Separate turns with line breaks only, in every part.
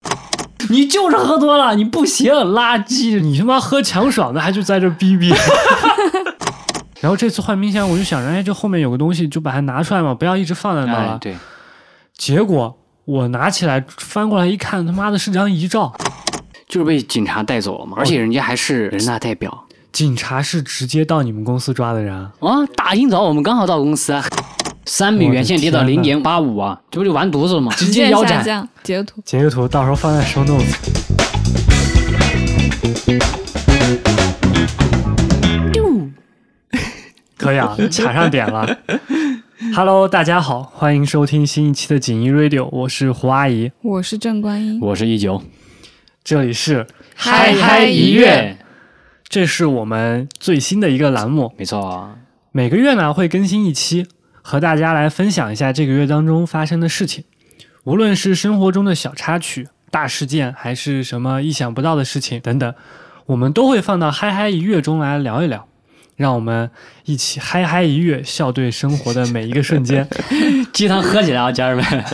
你就是喝多了，你不行，垃圾！
你他妈喝强爽的，还就在这逼 逼。然后这次换冰箱，我就想着，哎，这后面有个东西，就把它拿出来嘛，不要一直放在那儿了。
哎，对，
结果我拿起来翻过来一看，他妈的是张遗照，
就是被警察带走了嘛，而且人家还是人大代表
警察是直接到你们公司抓的人啊。
啊！大清早我们刚好到公司啊，三美元现跌到
我的
零
天
点八五啊，这不就完犊子了吗？直
直
接
线
腰
下
斩。
降。截图，
截个图，到时候放在 show notes。可以啊，卡上点了。Hello，大家好，欢迎收听新一期的锦衣 Radio，我是胡阿姨，
我是郑观音，
我是一九，
这里是
嗨嗨一
月，
这是我们最新的一个栏目，
没错啊，
每个月呢会更新一期，和大家来分享一下这个月当中发生的事情，无论是生活中的小插曲、大事件，还是什么意想不到的事情等等，我们都会放到嗨嗨一月中来聊一聊。让我们一起嗨嗨一月，笑对生活的每一个瞬 间。
鸡汤喝起来啊，家人 们！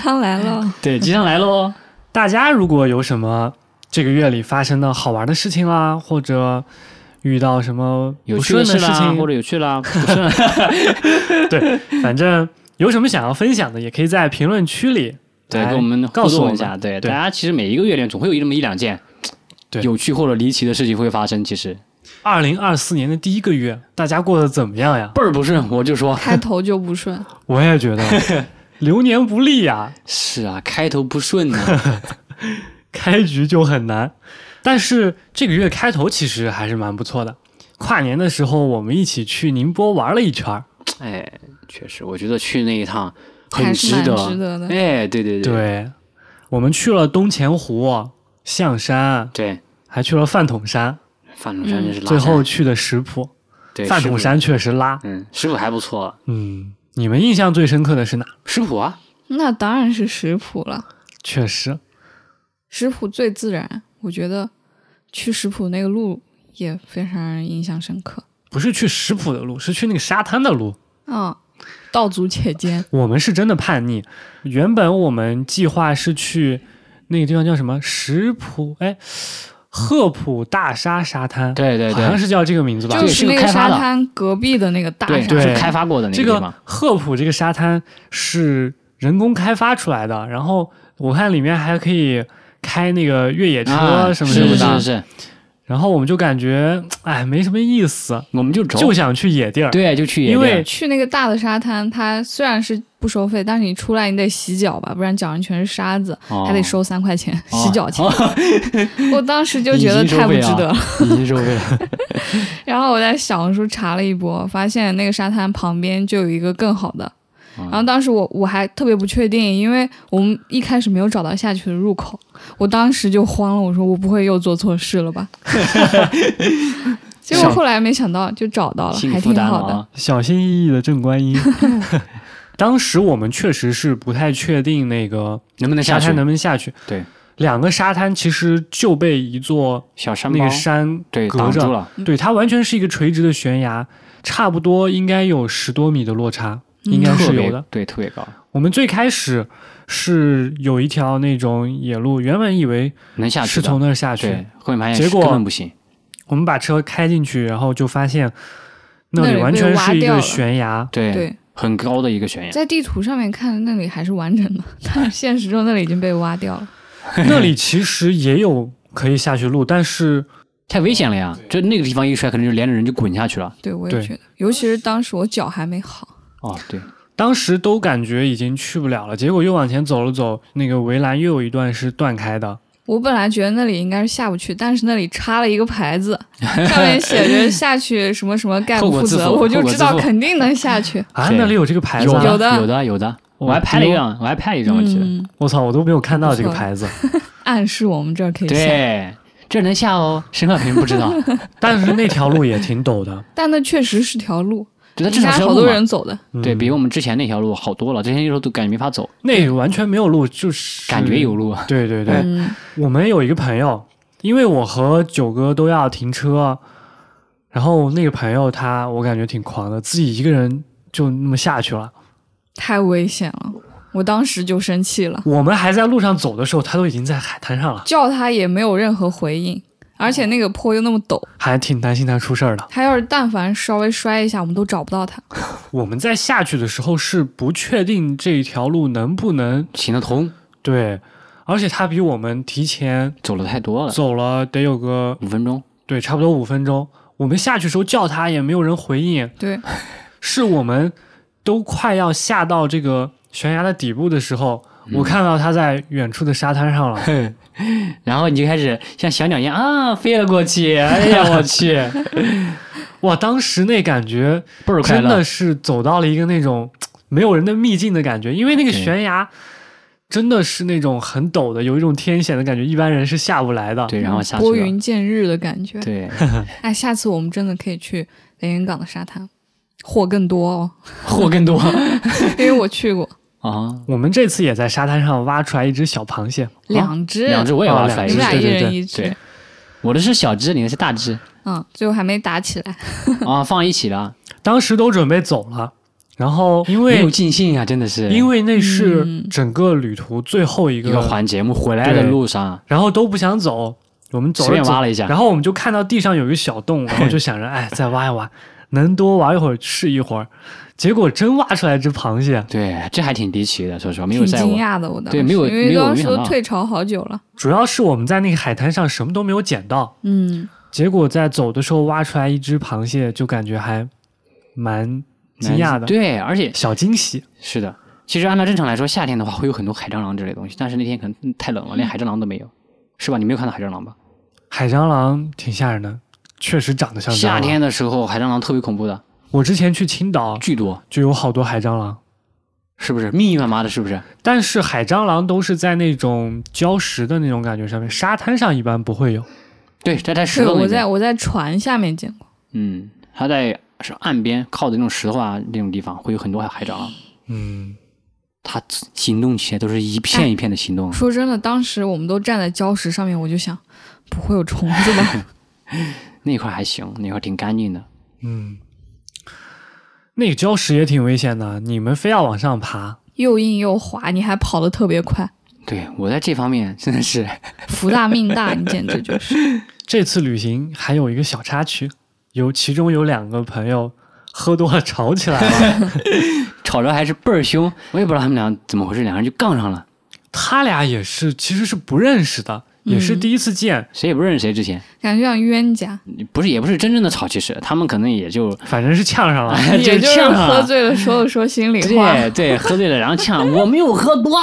他来 了，
对，鸡汤来喽！
大家如果有什么这个月里发生的好玩的事情啦，或者遇到什么
有
不
趣
顺
的事
事
啦，
情，
或者有趣啦， 不顺
对，反正有什么想要分享的，也可以在评论区里
对，
来
哎跟我们互
告诉我
动一
们
下。对，大
对
家其实每一个月亮总会有那么一两件
对
有趣或者离奇的事情会发生。其实
二零二四年的第一个月，大家过得怎么样 呀？
倍儿不顺，我就说
开头就不顺，
我也觉得 流年不利呀，
是啊，开头不顺呢、
开局就很难。但是这个月开头其实还是蛮不错的。跨年的时候，我们一起去宁波玩了一圈儿。
哎，确实，我觉得去那一趟很
还是
值
蛮
得。
值得的
哎，对对对
对，我们去了东钱湖、象山，
对，
还去了饭桶山，
范仲山真是拉
嗯最
山
后去的石浦。
对
饭
食
桶
谱
山确实拉。
嗯，食谱还不错，
嗯，你们印象最深刻的是哪？
食谱啊，
那当然是食谱了，
确实，
食谱最自然，我觉得去食谱那个路也非常让人印象深刻。
不是去食谱的路，是去那个沙滩的路。
嗯， 道阻且艰，
我们是真的叛逆。原本我们计划是去那个地方叫什么石浦，哎，赫普大沙沙滩，
对对
好像
对，
是叫这个名字吧？
就
对是
那
个
个
开发
沙
的
滩隔壁的那个大
对
沙
对
是开发过的那
这
地
个
方，
赫普这个沙滩是人工开发出来的，然后我看里面还可以开那个越野车
啊，
什么
是
什么
是
的，
是是，
然后我们就感觉哎没什么意思，
我们就走，
就想去野地儿。
对，就去野地
因为
儿
去那个大的沙滩，它虽然是不收费，但是你出来你得洗脚吧，不然脚上全是沙子，
哦
还得收三块钱、
哦
洗 脚钱。
哦
我当时就觉得
已经收
太不
费
值
了
得了。
已经收费了，
然后我在小红书查了一波，发现那个沙滩旁边就有一个更好的。
啊
然后当时我我还特别不确定，因为我们一开始没有找到下去的入口，我当时就慌了，我说我不会又做错事 了吧？结果后来没想到就找到了，
幸
还
福
挺
大啊
好的。
王，
小心翼翼的郑观 音。当时我们确实是不太确定那个
能不能下
沙
去？
滩能不能下去。
对，
两个沙滩其实就被一座
小山
那
包
个山
对
隔
挡
着
住，了，
嗯
对，它完全是一个垂直的悬崖，差不多应该有十多米的落差，
嗯
应该
特
是
别
有的。
对，特别高，
我们最开始是有一条那种野路，原本以为
能下去
是
的。
从那儿下去
对，，后面发现
结
是
果
根本不行，
我们把车开进去，然后就发现
那
里
里
完
被
全
挖
是一
掉
个
了
悬崖，
对，
对，
很高的一个悬崖，
在地图上面看那里还是完整的，但是现实中那里已经被挖掉了。
那里其实也有可以下去路，但是
太危险了呀！就那个地方一摔，可能就连着人就滚下去了。
对，我
对
也觉得，尤其是当时我脚还没好，
哦，对，
当时都感觉已经去不了了。结果又往前走了走，那个围栏又有一段是断开的，
我本来觉得那里应该是下不去，但是那里插了一个牌子，上面 写着下去什么什么概不负责，
后果
我
自负
就知道
后果自负
肯定能 下去。
啊，
对
那里有这个牌子、
有
啊，
有的
有的，有的。
我
我还拍了一
丢
张，我还拍了一张，我记得。
嗯，
我操，我都没有看到这个
不错
牌子。
暗示我们这儿可以下，
对，这能下哦，申克肯定不 知道。
但是那条路也挺陡的，
但那确实是条路，
对，它
应
至少
该
是条
好
路
多
嘛
人走的。
嗯
对比我们之前那条路好多了。之前那条路都感觉没法走，
那完全没有路，就是
感觉有。路。啊
对对对，
嗯，
我们有一个朋友，因为我和九哥都要停车，然后那个朋友他我感觉挺狂的，自己一个人就那么下去了。
太危险了，我当时就生气了，
我们还在路上走的时候，他都已经在海滩上了，
叫他也没有任何回应，而且那个坡又那么陡，
还挺担心他出事儿的。
他要是但凡稍微摔一下，我们都找不到他。
我们在下去的时候是不确定这条路能不能
行得通，
对，而且他比我们提前
走了太多了，
走了得有个
五分钟。
对，差不多五分钟。我们下去时候叫他也没有人回应，
对，
是我们都快要下到这个悬崖的底部的时候，
嗯
我看到他在远处的沙滩上了。
然后你就开始像小鸟一样啊飞了过去，哎呀我去，
哇，当时那感觉
倍儿快
真
乐
的。是走到了一个那种没有人的秘境的感觉，因为那个
对
悬崖真的是那种很陡的，有一种天险的感觉，一般人是下不来的。
对，然后下去
嗯拨
了。
云见日的感觉。
对，
哎，下次我们真的可以去连云港的沙滩，货更多哦，
货更多
因为我去过
啊，
我们这次也在沙滩上挖出来一只小螃蟹，
两只，
两只我也
哦
挖
两
出来
你
一
只
们
只，
对
俩
对
一
对
人一只，
对，我的是小只，你的是大只
嗯，最后还没打起来。
啊，放一起了，
当时都准备走了，然后因
没有
为
尽兴啊，真的是。
因为那是
嗯
整个旅途最后一
一
个，
个环节，我们回来的路上
然后都不想走，我们走
随
着
便
走
挖了一下，
然后我们就看到地上有一个小洞， 然后就想着，哎，再挖一挖，能多挖一会儿是一会儿。结果真挖出来只螃蟹，
对，这还挺离奇的，说实话，没有
挺
在
惊
我
讶的，我当时
对没有
因为
没有
当
没
时
想
都
到嗯
退潮好久了，
主要是我们在那个海滩上什么都没有捡到，
嗯，
结果在走的时候挖出来一只螃蟹，就感觉还蛮惊讶的，
对，而且
小惊喜。
是的，其实按照正常来说，夏天的话会有很多海蟑螂之类的东西，但是那天可能太冷了，连海蟑螂都没有，是吧？你没有看到海蟑螂吧？
海蟑螂挺吓人的，确实长得像蟑螂。
夏天的时候海蟑螂特别恐怖的，
我之前去青岛
巨多，
就有好多海蟑螂，
是不是密密麻麻的？是不是？
但是海蟑螂都是在那种礁石的那种感觉上面，沙滩上一般不会有。
对，在在石
对，
头
我
里
在
面，
我在船下面见过，
嗯，它在是岸边靠着那种石头啊那种地方会有很多海海蟑螂，
嗯，
它行动起来都是一片一片的行动。
说真的，当时我们都站在礁石上面，我就想不会有虫 子吧？
那块还行，那块挺干净的。
嗯，那个礁石也挺危险的，你们非要往上爬，
又硬又滑，你还跑得特别快，
对我在这方面 真的是
福大命大，你简直 就是。
这次旅行还有一个小插曲，有其中有两个朋友喝多了吵起来了，
吵着还是倍儿凶，我也不知道他们俩怎么回事，两人就杠上了，
他俩也是其实是不认识的，也是
嗯
第一次见，
谁也不认识谁。之前
感觉像冤家，
不是也不是真正的吵，其实他们可能也就
反正是呛上了。
也 就
就是呛上
喝
了，
醉了说了说心里话，
对对，喝醉了然后呛，我没有喝多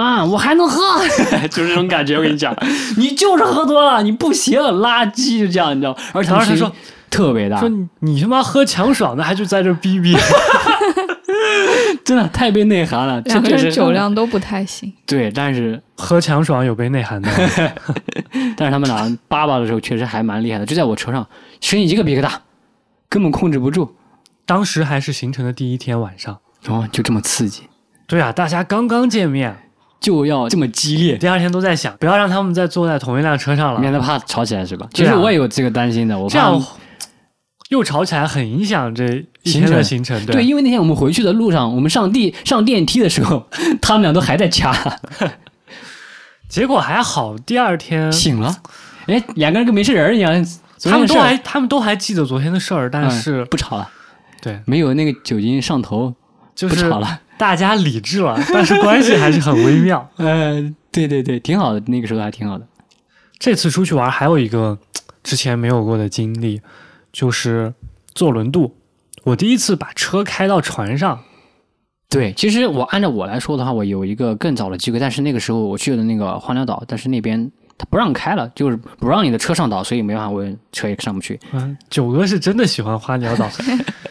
啊，我还能喝， 就是这种感觉。我跟你讲， 你就是喝多了，你不行，垃圾就这样，你知道吗？而且
然后他
声音
说
特别大
说，你你他妈喝强爽的，还就在这逼 逼，
真的太被内涵了，这
两个
确
人
实
酒量都不太行。
对，但是
喝强爽有被内涵的。
但是他们俩叭叭的时候确实还蛮厉害的，就在我车上，声音一个比一个大，根本控制不住，
当时还是行程的第一天晚上，
然后就这么刺激，
对啊，大家刚刚见面，
就要这么激烈，
第二天都在想，不要让他们再坐在同一辆车上了，
免得怕吵起来是吧？其
对啊
实我也有这个担心的，我
这
怕他
样
们
又吵起来，很影响这一天
行程
的行程。
对，因为那天我们回去的路上，我们上地上电梯的时候， 他们俩都还在掐，
结果还好，第二天
醒了，哎，两个人跟没事人一样，昨
嗯他
天的
们都
事儿
还他们都还记得昨天的事儿，但
嗯
是、
不吵了，
对，
没有那个酒精上头，
就
不
是
吵了。
大家理智了， 但是关系还是很微妙。
呃， 对对对，挺好的，那个时候还挺好的。
这次出去玩还有一个之前没有过的经历，就是坐轮渡。我第一次把车开到船上，
对，其实我按照我来说的话，我有一个更早的机会，但是那个时候我去了那个荒寮岛，但是那边他不让开了，就是不让你的车上岛，所以没办法，我车也上不去。
嗯， 九哥是真的喜欢花鸟 岛，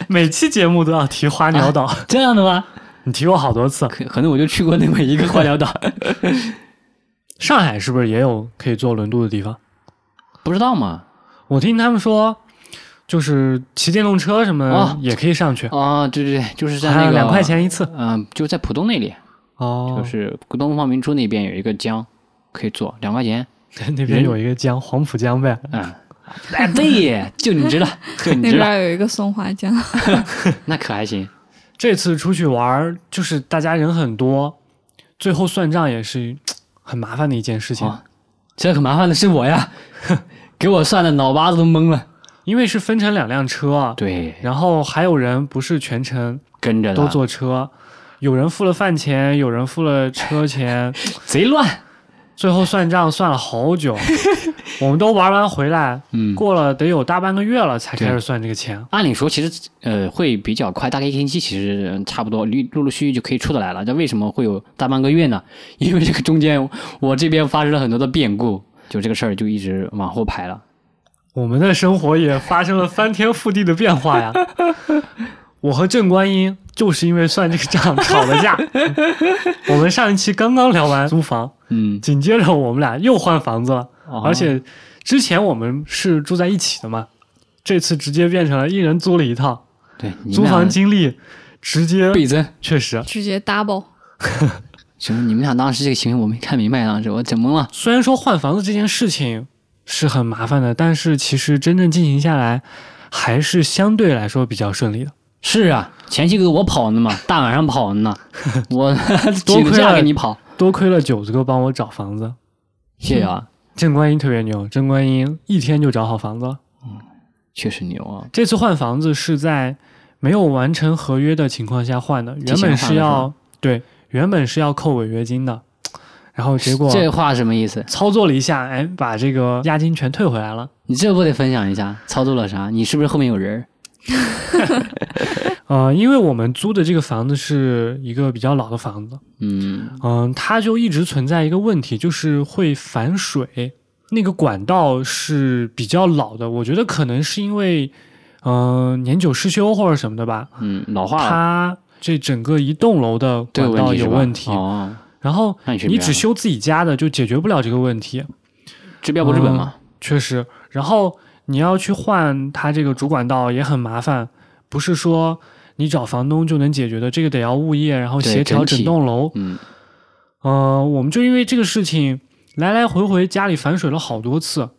每期节目都要提花鸟 岛，
这样的吗？
你提过好多次。
可可能我就去过那么一个荒 寮岛，
上海是不是也有可以坐轮渡的地方？
不知道嘛？
我听他们说，就是骑电动车什么
哦
也可以上去，
啊、对对对，就是在
好
那
像
个
两块钱一次。
嗯、就在浦东那里，
哦
就是东方明珠那边有一个江，可以坐两块钱。
那边有一个江，黄浦江呗。
嗯， 哎，对耶，就你知道，就你
那
知道，
边有一个松花江，
那可还行。
这次出去玩儿，就是大家人很多，最后算账也是很麻烦的一件事情，
啊这可麻烦的是我呀， 给我算的脑瓜子都懵了。
因为是分成两辆车啊，
对，
然后还有人不是全程
跟着的
都坐车，有人付了饭钱，有人付了车钱，
贼乱。
最后算账算了好久， 我们都玩完回来，
嗯，
过了得有大半个月了才开始算这个钱。
按理说其实呃会比较快，大概一个星期其实嗯差不多，陆陆陆续续就可以出得来了。但为什么会有大半个月呢？ 因为这个中间我这边发生了很多的变故，就这个事儿就一直往后排了。
我们的生活也发生了翻天覆地的变化 呀！我和郑观音就是因为算这个账吵了 架。我们上一期刚刚聊完租房，
嗯，
紧接着我们俩又换房子了，
哦
而且之前我们是住在一起的嘛，这次直接变成了一人租了一套，
对你
租
们俩
房经历直接
倍增。
确实。啊
直接 double。
什么？你们俩当时这个行为我没看明白，当时我整懵了。
虽然说换房子这件事情是很麻烦的，但是其实真正进行下来，还是相对来说比较顺利的。
是啊，前期给我跑呢嘛，大晚上跑呢，我
多
请
亏
个假
了
给你跑，
多亏了九子哥帮我找房子，
谢谢啊，
郑观音特别牛，郑观音一天就找好房子了。
确实牛啊。
这次换房子是在没有完成合约的情况下换的，
提
原
前
本
换
是
的
要对，原本是要扣违约金的，然后结果
这话什么意思？
操作了一下，哎，把这个押金全退回来了。
你这不得分享一下操作了啥？你是不是后面有人儿？
呃，因为我们租的这个房子是一个比较老的房子，
嗯，
嗯，它就一直存在一个问题，就是会反水。那个管道是比较老的，我觉得可能是因为，嗯、年久失修或者什么的吧。
嗯，老化了，
它这整个一栋楼的
都有
管道
问题
有
是吧
问题，
哦，
然后
那你去
你
别
只
了
修自己家的就解决不了这个问题，
治标不治本嘛。
确实。然后你要去换它这个主管道也很麻烦，不是说你找房东就能解决的，这个得要物业然后
对
协调
整
整
体
栋楼。
嗯，
呃，我们就因为这个事情来来回回家里反水了好多次，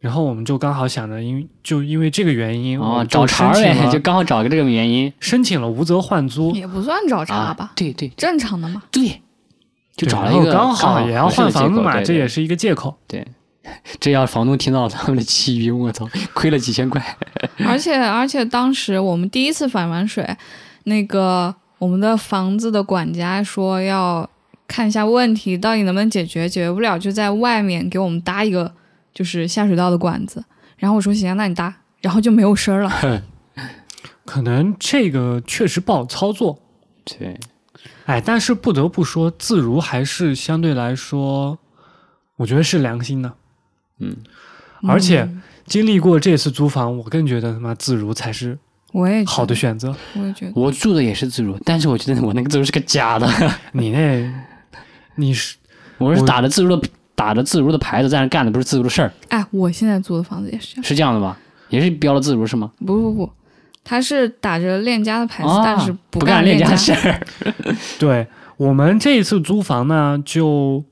然后我们就刚好想着因，就因为这个原因，我
哦，
们
找
就
茬
申
儿
请
呗，
了
就刚好找个这个原因
申请了无责换租，
也不算找茬
啊
吧，
对对
正常的嘛。
对，就
对
找
然
了一
后
个
刚好也要
合适的
换
借
房子
口
嘛，
对
这
对
也是一个借口。
这要房东听到他们的气晕，我操， 亏了几千块。
而且而且当时我们第一次反完水，那个我们的房子的管家说要看一下问题到底能不能解决，解决不了就在外面给我们搭一个就是下水道的管子。然后我说行啊，那你搭，然后就没有声儿了。
可能这个确实不好操作，
对，
哎，但是不得不说，自如还是相对来说，我觉得是良心的。
嗯，
而且
嗯
经历过这次租房，我更觉得他妈自如才是
我也觉
好的
得，
选择。
我也觉得，
我住的也是自如，但是我觉得我那个自如是个 假的，
你那，你是
我是
我
打着自如的打着自如的牌子，但是干的不是自如的事儿，
哎，我现在租的房子也是这样，
是这样的吧？也是标了自如是吗？
不不不，他是打着链家的牌子，
啊，
但是
不
干
链
链
家
家
的事儿，
对我们这一次租房呢，就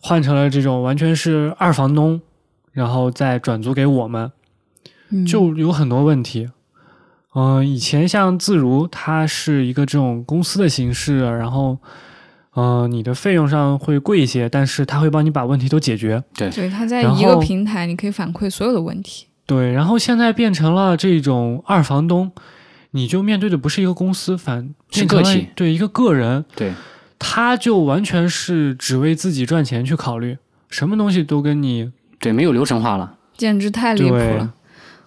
换成了这种完全是二房东，然后再转租给我们，
嗯
就有很多问题。嗯、以前像自如，它是一个这种公司的形式，然后，嗯、你的费用上会贵一些，但是它会帮你把问题都解决。
对，它在
然
一个
后
平台，你可以反馈所有的问题。
对，然后现在变成了这种二房东，你就面对的不是一个公司，反
是
变成
个
了
体
对一个个人，
对，
他就完全是只为自己赚钱去考虑，什么东西都跟你
对，没有流程化了。
简直太离谱
对
了。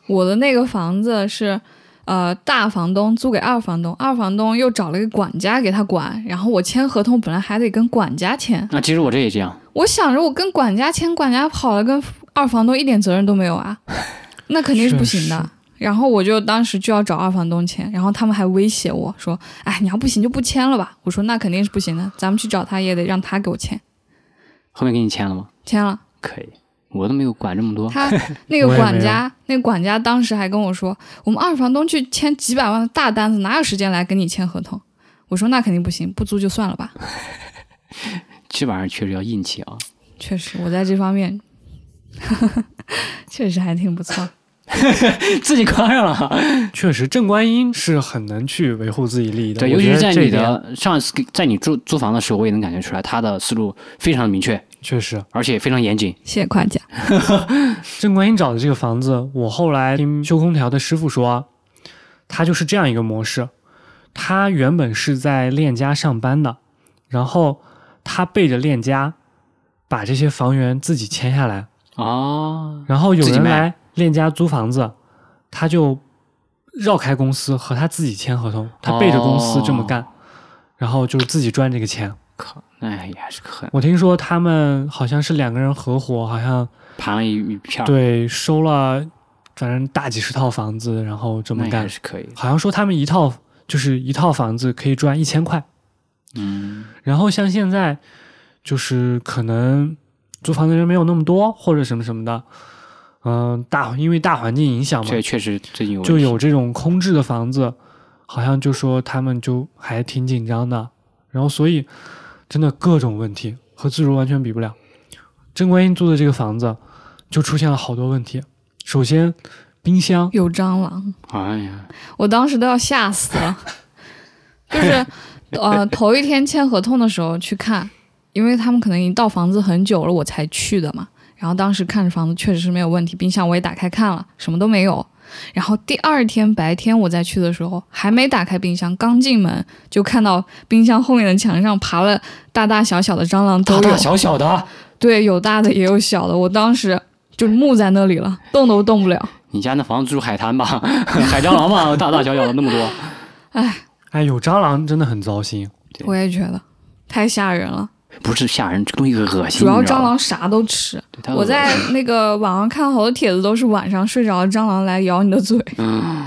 我的那个房子是，呃，大房东租给二房东，二房东又找了一个管家给他管，然后我签合同本来还得跟管家签，
那其实我这也这样，
我想着我跟管家签，管家跑了跟二房东一点责任都没有 啊，那肯定是不行
确实
的。然后我就当时就要找二房东签，然后他们还威胁我说：“哎，你要不行就不签了吧。”我说：“那肯定是不行的，咱们去找他也得让他给我签。
后面给你签了吗？”
签了，
可以，我都没有管这么多。
他那
我
个
也
管
没
家，那个管家当时还跟我说，我们二房东去签几百万的大单子，哪有时间来跟你签合同？我说那肯定不行，不租就算了吧。
这玩意儿确实要硬气啊。
确实，我在这方面确实还挺不错。
自己夸上了。
确实，正观音是很能去维护自己利益的。
对，
我
尤其
觉
是
得
在
这一
你
点
的上一次给在你租租房的时候，我也能感觉出来，他的思路非常明确，
确实，
而且非常严谨。
谢谢夸奖。
正观音找的这个房子，我后来听修空调的师傅说，啊他就是这样一个模式。他原本是在链家上班的，然后他背着链家把这些房源自己签下来，
哦，
然后有
自己
人
卖
来链家租房子，他就绕开公司和他自己签合同，他背着公司
哦
这么干，然后就是自己赚这个钱。
靠，那也哎还是个很
我听说他们好像是两个人合伙，好像
盘了一一片儿，
对收了，反正大几十套房子，然后这
那
么
也还
干。
是可以的。
好像说他们一套就是一套房子可以赚一千块，
嗯，
然后像现在就是可能租房的人没有那么多，或者什么什么的，嗯、大因为大环境影响嘛，
嗯这确实最近有
就
问题
有这种空置的房子，好像就说他们就还挺紧张的，然后所以真的各种问题和自如完全比不了。郑观音租的这个房子就出现了好多问题，首先冰箱
有蟑螂，
哎呀，
我当时都要吓 死了。就是呃，头一天签合同的时候去看，因为他们可能已经到房子很久了，我才去的嘛。然后当时看着房子确实是没有问题，冰箱我也打开看了，什么都没有。然后第二天白天我再去的时候，还没打开冰箱，刚进门就看到冰箱后面的墙上爬了大大小小的蟑螂都
大
有，
大小小的，
对，有大的也有小的。我当时就木在那里了，动都动不了。
你家那房子住海滩吧， 海蟑螂吧，大大小小的那么多。
哎，有蟑螂真的很糟心。
对
我也觉得太吓人了，
不是吓人，这个东西恶心。
主要
你知道
蟑
吧，
螂啥都吃。
对它恶
我
心
在那个网上看好多帖子，都是晚上睡着了蟑螂来咬你的嘴，
嗯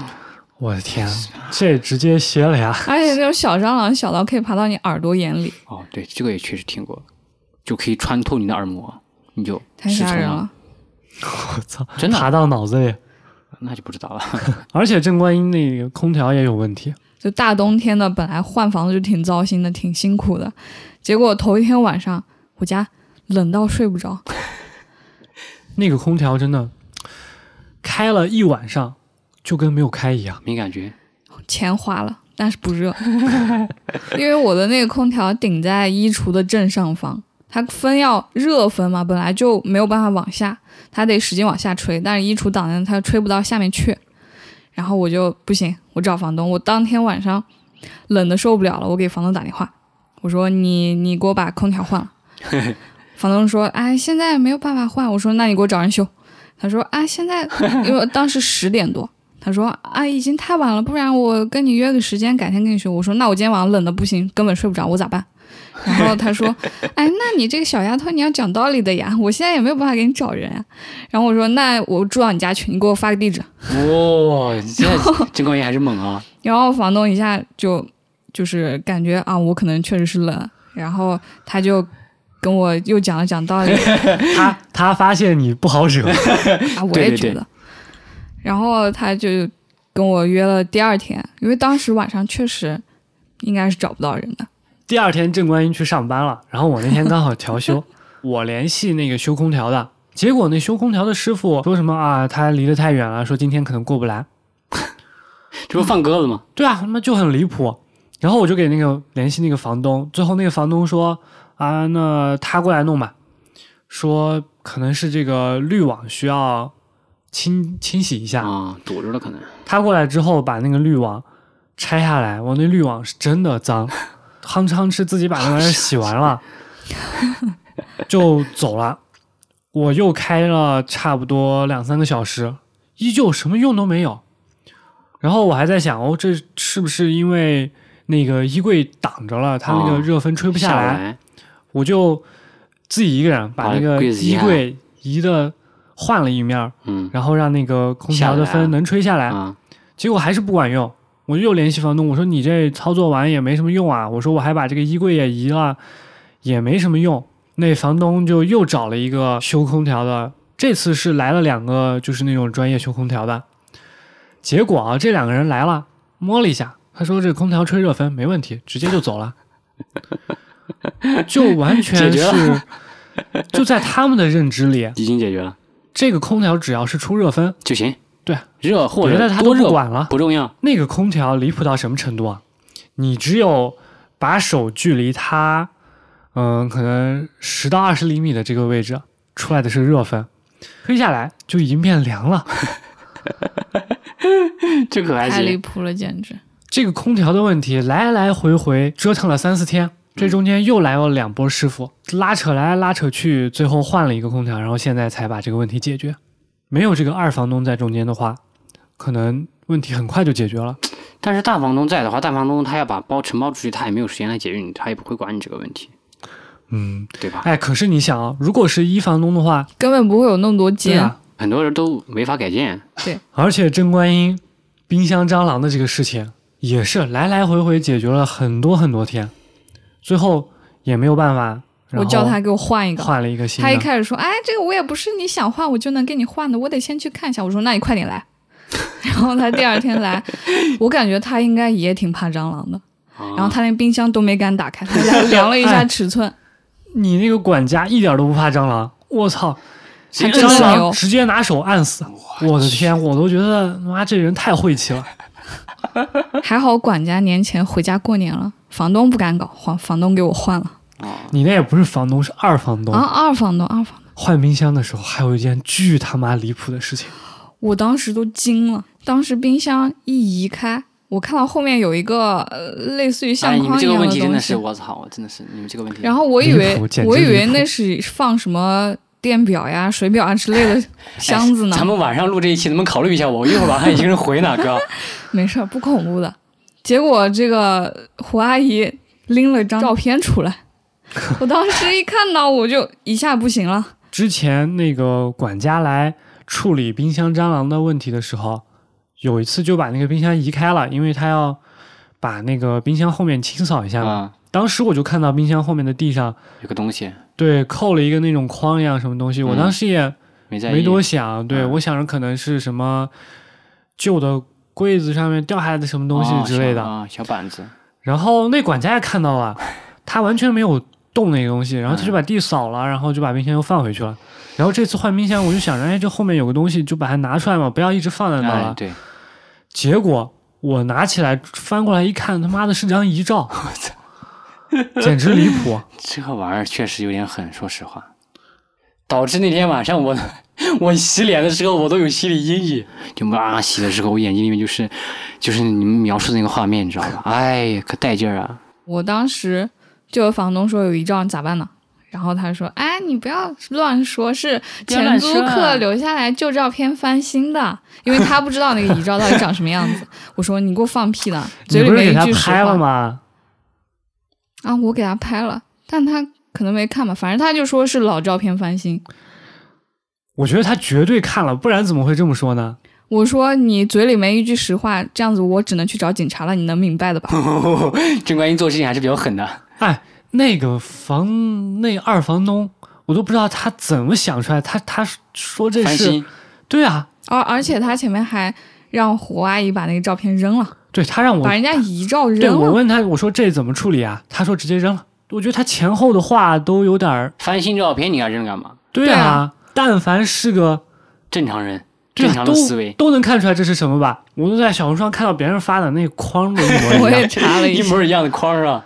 我的天，
啊
这直接歇了呀！
而哎且那种小蟑螂小到可以爬到你耳朵眼里，
哦，对，这个也确实听过，就可以穿透你的耳膜，你就
太
失
吓
聪
人
了，
了。
我操，
真的
爬到脑子里。
那就不知道了。
而且郑观音那个空调也有问题，
就大冬天的，本来换房子就挺糟心的，挺辛苦的，结果头一天晚上我家冷到睡不着，
那个空调真的开了一晚上，就跟没有开一样。
没 感觉，
钱花了，但是不热， 因为我的那个空调顶在衣橱的正上方，它风要热风嘛，本来就没有办法往下，它得使劲往下吹，但是衣橱挡着它吹不到下面去，然后我就不行，我找房东，我当天晚上冷的受不了了，我给房东打电话，我说你你给我把空调换了，房东说哎现在没有办法换，我说那你给我找人修，他说啊现在因为当时十点多。他说：“啊，已经太晚了，不然我跟你约个时间，改天跟你说。”我说：“那我今天晚上冷的不行，根本睡不着，我咋办？”然后他说：“哎，那你这个小丫头，你要讲道理的呀， 我现在也没有办法给你找人啊。”然后我说：“那我住到你家去，你给我发个地址。
哇、 现在郑光爷还是猛啊！”
然后房东一下就就是感觉啊，我可能确实是冷，然后他就跟我又讲了 讲道理，
他他发现你不好惹，
啊，我
对
也
对
觉
对
得。然后他就跟我约了第二天，因为当时晚上确实应该是找不到人的。
第二天郑观音去上班了，然后我那天刚好调休，我联系那个修空调的，结果那修空调的师傅说什么啊，他离得太远了，说今天可能过不来。
这不放鸽 子吗？
对啊，他妈就很离谱。然后我就给那个联系那个房东，最后那个房东说啊，那他过来弄吧，说可能是这个滤网需要清清洗一下。
啊，堵着了可能。
他过来之后把那个滤网拆下来，我那滤网是真的 脏，夯哧夯哧自己把那玩意儿洗完了，就走了。我又开了差不多两三个小时，依旧什么用都没有。然后我还在想，哦，这是不是因为那个衣柜挡着了，它那个
哦
热风吹不下
下
来？
来，
我就自己一个人把
把
那个
柜子移
衣
开
柜移的换了一面儿，
嗯
然后让那个空调的
下来啊
风能吹下来。
啊，
结果还是不管用。我又联系房东，我说你这操作完也没什么用啊，我说我还把这个衣柜也移了，也没什么用。那房东就又找了一个修空调的，这次是来了两个，就是那种专业修空调的。结果啊，这两个人来了，摸了一下，他说这空调吹热风没问题，直接就走了，就完全
解决
是
了
就在他们的认知里，
已经解决了
这个空调只要是出热风，
就行。
对啊，
热或
我觉
者
得他
多
都
热
不管了。
不重 要。
那个空调离谱到什么程度啊？你只有把手距离它，嗯，可能十到二十厘米的这个位置出来的是热风，推下来就已经变凉了。
这可还
太离
行。
谱了，简直。
这个空调的问题来来回回折腾了三四天，这中间又来了两波师傅，拉扯来拉扯去，最后换了一个空调，然后现在才把这个问题解决。没有这个二房东在中间的话，可能问题很快就解决了。
但是大房东在的话，大房东他要把包承包出去，他也没有时间来解决你，他也不会管你这个问题，
嗯，
对吧？
哎，可是你想啊，如果是一房东的话，
根本不会有那么多
对
间。
啊，
很多人都没法改建，
而且贞观音冰箱蟑螂的这个事情也是来来回回解决了很多很多天，最后也没有办法。
我叫他给我换一个。
换了一个新的，
他一开始说：“哎，这个我也不是你想换我就能给你换的，我得先去看一下。”我说：“那你快点来。” 然后他第二天来，我感觉他应该也挺怕蟑螂的。
啊、
然后他连冰箱都没敢打开，他 来量了一下
哎
尺寸，
你那个管家一点都不怕蟑螂，我操！
谁
真的
蟑螂
牛
直接拿手按死，我的天，我都觉得妈这人太晦气了。
还好管家年前回家过年了，房东不敢搞，房房东给我换了
啊，
你那也不是房东，是二房东。
啊，二房东，二房东，
换冰箱的时候，还有一件巨他妈离谱的事情，
我当时都惊了，当时冰箱一移开，我看到后面有一个、呃、类似于
哎，
相
你们
框一
这个
样
问
东
题
西，
真的是，我操，我真的是你们这个问题。
然后我以为
离谱哎简直
我以为
离谱
那是放什么电表呀、水表啊之类的箱子呢，
哎咱们晚上录这一期，能不能考虑一下我？一会儿晚上一个人回呢， 哥。
没事儿，不恐怖的。结果这个胡阿姨拎了张照片出来，我当时一看到我就一下不行了。
之前那个管家来处理冰箱蟑螂的问题的时候，有一次就把那个冰箱移开了，因为他要把那个冰箱后面清扫一下嘛。
啊，
当时我就看到冰箱后面的地上，
有个东西
对，扣了一个那种框一样什么东西，我
嗯
当时也
没在意，
没多想，对、
嗯
我想着可能是什么旧的柜子上面掉下来的什么东西之类的。
哦小啊，小板子。
然后那管家也看到了，他完全没有动那个东西，然后他就
嗯
把地扫了，然后就把冰箱又放回去了。然后这次换冰箱，我就想着，哎，这后面有个东西，就把它拿出来嘛，不要一直放在那儿
哎
了，。
对，
结果我拿起来翻过来一看，他妈的是张遗照，我操，简直离谱！
这玩意儿确实有点狠，说实话，导致那天晚上我 我洗脸的时候我都有心理阴影，就啊洗的时候我眼睛里面就是就是你们描述的那个画面，你知道吧？哎呀，可带劲儿啊！
我当时就有房东说有一兆咋办呢？然后他说：“哎，你不要乱说，是
不要乱
前
说啊
租客留下来旧照片翻新的，因为他不知道那个遗照到底长什么样子。”我说：“你给我放屁呢！” 嘴
你
里
不是给
面
他
一句实
拍了
话
吗？
啊，我给他拍了，但他可能没看吧，反正他就说是老照片翻新。
我觉得他绝对看了，不然怎么会这么说呢？
我说你嘴里没一句实话，这样子我只能去找警察了，你能明白的吧？
郑观音做事情还是比较狠的，
哎，那个房那二房东，我都不知道他怎么想出来，他他说这
翻
是
新
对啊，
而而且他前面还让胡阿姨把那个照片扔了，
对他让我
把人家遗照
对
扔
我
了。
问他我说这怎么处理啊？他说直接扔了。我觉得他前后的话都有点儿
翻新照片，你要扔干嘛？
对
对
啊
啊，
但凡是个
正常人，
对
正
啊
常的
都
思维，
都能看出来这是什么吧？我都在小红书上看到别人发的那个框都一模
我
一
也
样，
查了
一
下，
模一样的框儿啊，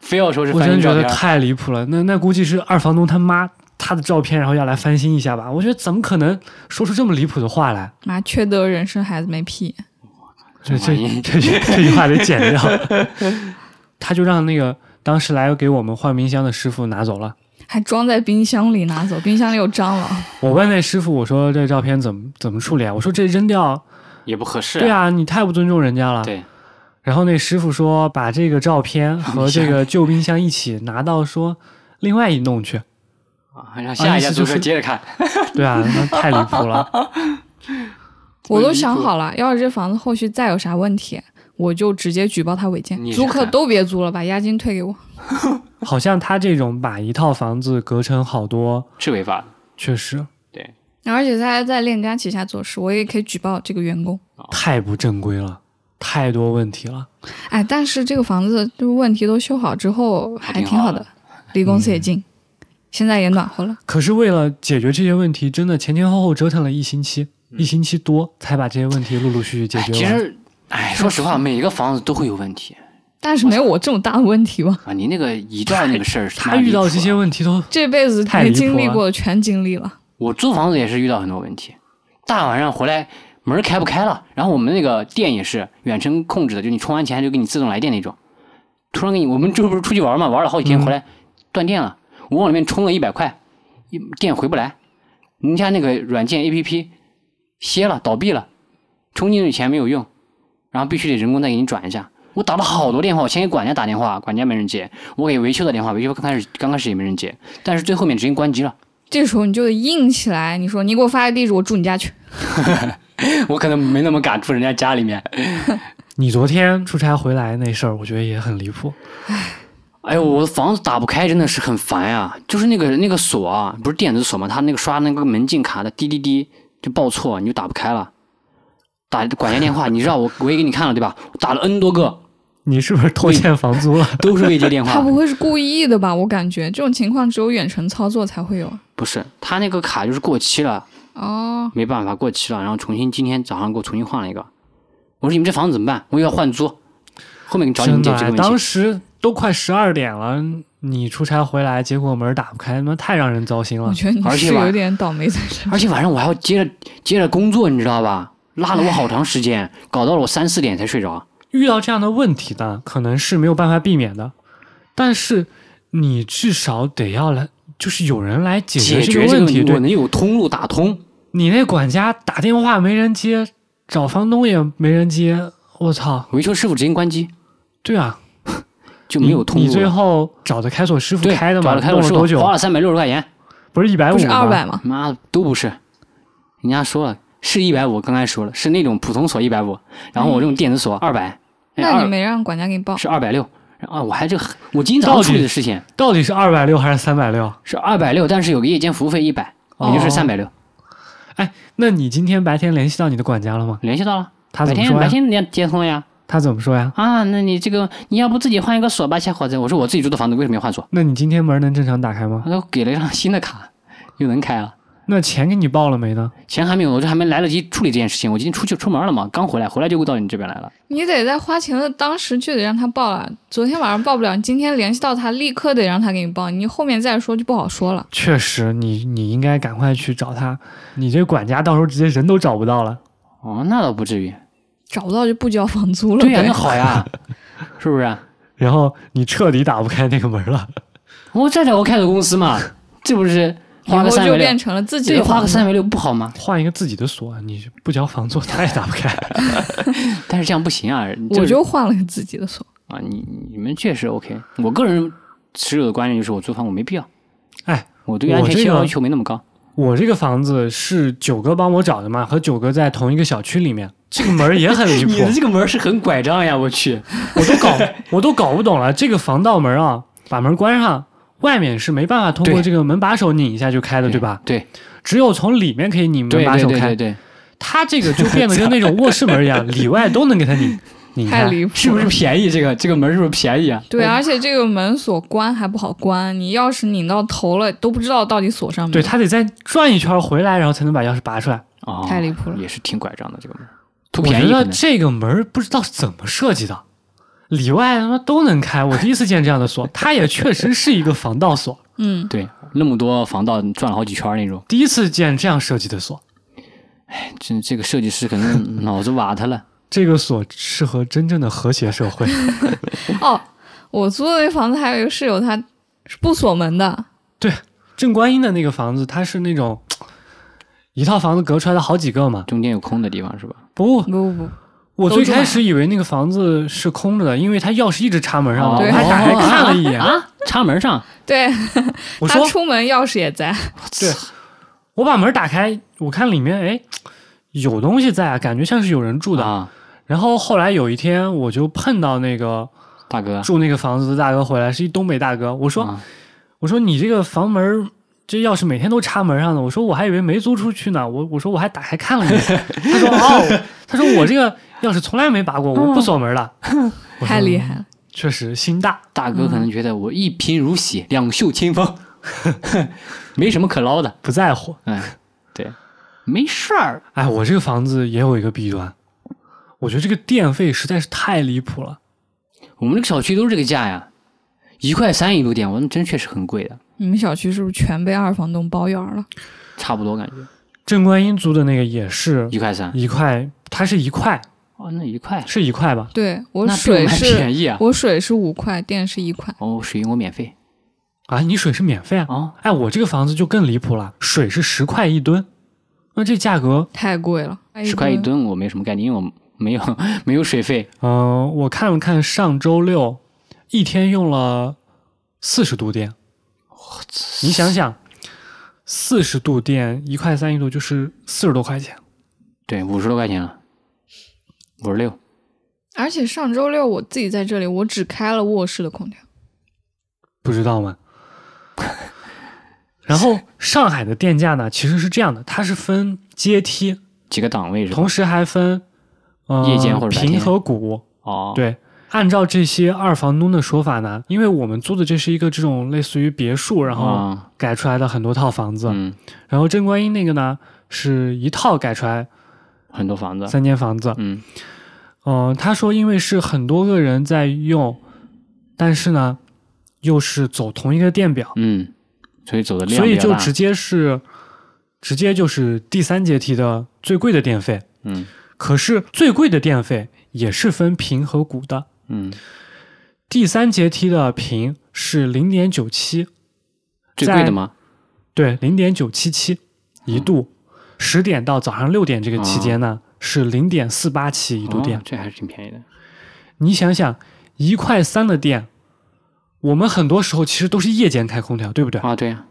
非要说是
我
翻
真
新
觉
照
得
片。
太离谱了。那那估计是二房东他妈他的照片，然后要来翻新一下吧？我觉得怎么可能说出这么离谱的话来？
妈，缺德人生孩子没屁。
这
这
这
玩意
这句这句话得剪掉。 他就让那个当时来给我们换冰箱的师傅拿走了。
还装在冰箱里拿走，冰箱里有蟑螂。
我问那师傅，我说这照片怎么怎么处理啊？我说这扔掉，
也不合适、
对，啊，你太不尊重人家了。
对，
然后那师傅说，把这个照 片和这个旧冰箱一起拿到说另外一弄去，
啊让下一
意
家
思
租
就是
客接着看。
对啊，那太离谱 了。
我都想好了，要是这房子后续再有啥问题，我就直接举报他违建
你，也是
租客
看
都别租了，把押金退给我。
好像他这种把一套房子隔成好多，
是违法的。
确实
而且他还在链家旗下做事，我也可以举报这个员工。
哦
太不正规了，太多问题了。
哎，但是这个房子就是问题都修好之后
还
还
挺
挺
好
好
的
的，离公司也近，现在也暖和了。
可是为了解决这些问题，真的前前后后折腾了一星期。一星期多才把这些问题陆陆续续解
嗯哎
决
其
完。
实，哎，说 实话，每个房子都会有问题
但是没有我这么大的问题吧？
啊。你那个一段那个事儿，
他遇到
妈
的
离谱
这些
了，
问题都
这辈子
太
没
离谱
经历
了
过的全经历了。
我租房子也是遇到很多问题。大晚上回来门儿开不开了，然后我们那个电也是远程控制的，就你充完钱就给你自动来电那种。突然给你，我们这不是出去玩嘛，玩了好几天
嗯
回来断电了，我往里面充了一百块，一电回不来。人家那个软件 APP 歇了，倒闭了，充进去钱没有用，然后必须得人工再给你转一下。我打了好多电话，我先给管家打电话，管家没人接；我给维修打电话，维修刚开始刚开始也没人接，但是最后面直接关机了。
这时候你就得硬起来，你说你给我发个地址，我住你家去。
我可能没那么敢住人家家里面。
你昨天出差回来那事儿，我觉得也很离谱。
哎呦，我的房子打不开，真的是很烦呀、就是那个那个锁啊，不是电子锁嘛，它那个刷那个门禁卡的滴滴滴就报错，你就打不开了。打管家电话，你知道我我也给你看了对吧？我打了 N 多个，
你是不是拖欠房租了？
都是未接电
他
话。
不会是故意的吧？我感觉这种情况只有远程操作才会有。
不是，他那个卡就是过期了，
哦，
没办法过期了，然后重新今天早上给我重新换了一个。我说你们这房子怎么办？我又要换租，后面给你找你
真
们
的
解这
哎，
个
当
问题。
时都快十二点了，你出差回来，结果门打不开，他妈太让人糟心了
我。觉得
而
你
且
是
吧
有点倒霉在这。
而且晚上我还要接着接着工作，你知道吧？拉了我好长时间，搞到了我三四点才睡着。
遇到这样的问题呢，可能是没有办法避免的，但是你至少得要来，就是有人来解决
解
哎这
决
个
这个
问
问题，
题。
我
对
能有通路打通。
你那管家打电话没人接，找房东也没人接，我操！
维修师傅直接关机，
对啊，
就没有通
你
路
你
了。
最后找的开锁师傅
对
开的
找
嘛？
了开
弄
锁
了
师
多久
傅，？花了三百六十块钱，
不是一
哎
百五
不是
吗？
二百吗？
妈的都不是。人家说了是一百五，刚才说了是那种普通锁一百五，然后我这种电子锁二百、哎，
那你
二
没让管家给你报？
是二百六。啊，我还这个我今天早上处理的事情
到底是二百六还是三百六？
是二百六，但是有个夜间服务费一百，
哦
也就是三百六。
那你今天白天联系到你的管家了吗？
联系到了，
他
白
怎么
天
说
白
呀？
天人家接通了呀。
他怎么说呀？
啊，那你这个你要不自己换一个锁吧，小伙子。我说我自己住的房子为什么要换锁？
那你今天门能正常打开吗？
他说给了一张新的卡，又能开了。
那钱给你报了没呢？
钱还没有，我就还没来得及处理这件事情。我今天出去出门了嘛，刚回来，回来就到你这边来了。
你得在花钱的当时就得让他报了。昨天晚上报不了，你今天联系到他，立刻得让他给你报。你后面再说就不好说了。
确实，你你应该赶快去找他。你这管家到时候直接人都找不到了。
哦，那倒不至于。
找不到就不交房租了呗。
对呀、那好 呀，是啊不是？
然后你彻底打不开那个门了。
我再找个开锁公司嘛，这不是
以
花
后
个三
就
百六
变？成了自己
对，
的
花
房
个
子。
三百六不好吗？
换一个自己的锁，你不交房租他也打不开。
但是这样不行啊！
我
是
就换了个自己的锁。
啊，你你们确实 OK。我个人持有的观念就是，我租房我没必要。
哎，
我对
我
安全
这
性
个
要求没那么高。
我这个房子是九哥帮我找的嘛，和九哥在同一个小区里面，这个门也很离 谱。
这个门是很拐杖呀！我去，
我都搞我都搞不懂了，这个防盗门啊，把门关上，外面是没办法通过
对
这个门把手拧一下就开的，对吧？
对
只有从里面可以拧门
对
把
对
手
对对
开，
对，
它这个就变得跟那种卧室门一 样，里外都能给它拧拧
太
开。
离谱了，
是不是便宜？这个这个门是不是便宜啊？
对，而且这个门锁关还不好关，你钥匙拧到头了都不知道到底锁上没。
对，它得再转一圈回来，然后才能把钥匙拔出来。
哦，
太离谱了
也是挺拐杖的这个门，图
我
便
觉
宜可
得
能。
这个门不知道是怎么设计的，里外他妈都能开。我第一次见这样的锁， 它也确实是一个防盗锁，
嗯，
对，那么多防盗转了好几圈儿那种，
第一次见这样设计的锁。
这这个设计师 可能脑子瓦特了。
这个锁适合真正的和谐社会。
哦，我租的那房子还有一个室友，他是不锁门的，
郑观音的那个房子，它是那种一套房子隔出来的好几个嘛。
中间有空的地方是吧？
不，
不不不，
我
都
最
住满
开始以为那个房子是空着的，因为它钥匙一直插门上嘛。
哦
我
对
还打开看了一眼，
啊，插门上，
对
我
他
说
出门钥匙也在，
对，我把门打开，我看里面哎有东西在啊，感觉像是有人住的。
啊，
然后后来有一天，我就碰到那个
大哥，
住那个房子的大哥回来，是一东北大哥。我说、
啊
我说你这个房门儿这钥匙每天都插门上的，我说我还以为没租出去呢，我我说我还打开看了一眼， 他说哦，他说我这个钥匙从来没拔过，我不锁门了，我说
太厉害了。
确实心大，
大哥可能觉得我一贫如洗， 两袖清风，没什么可捞的。
不在乎。
哎，对，没事儿，
哎，我这个房子也有一个弊端，我觉得这个电费实在是太离谱了。
我们这个小区都是这个价呀，一块三一度电，我那真确实很贵的，
你们小区是不是全被二房东包圆了？
差不多感觉
正观音租的那个也是
一块三。
一块，它是一块，
哦，那一块，
是一块吧？
对我
那比我
水
们还
是，
便宜啊！
我水是五块，电是一块。
哦，水我免费
啊，你水是免费啊？
哦，
哎，我这个房子就更离谱了，水是十块一吨，那这价格，
太贵了，
十块一。吨，我没什么概念，因为我没有 没有水费。
嗯、我看了看，上周六一天用了四十度电，你想想，四十度电一块三一度就是四十多块钱，
对，五十多块钱了，五十六。
而且上周六我自己在这里，我只开了卧室的空调。
不知道吗？ 然后上海的电价呢，其实是这样的，它是分阶梯，
几个档位是吧？
同时还分呃
夜间或者白天
平和谷，
哦，，
对，按照这些二房东的说法呢，因为我们租的这是一个这种类似于别墅，然后
啊，
改出来的很多套房子，
嗯，
然后正观音那个呢是一套改出来
很多房子，
三间房子，
嗯，
嗯、他说因为是很多个人在用，但是呢又是走同一个电表，
嗯，啊所以走的量
所以
比较
就
大
直接是直接就是第三阶梯的最贵的电费，
嗯
可是最贵的电费也是分平和谷的，
嗯，
第三阶梯的平是零点九七，
最贵的吗？
对，零点九七七一度，
嗯
十、点到早上六点这个期间呢、
啊
是零点四八七一度电。
哦这还是挺便宜的。
你想想，一块三的电，我们很多时候其实都是夜间开空调，对不对？
啊，对呀，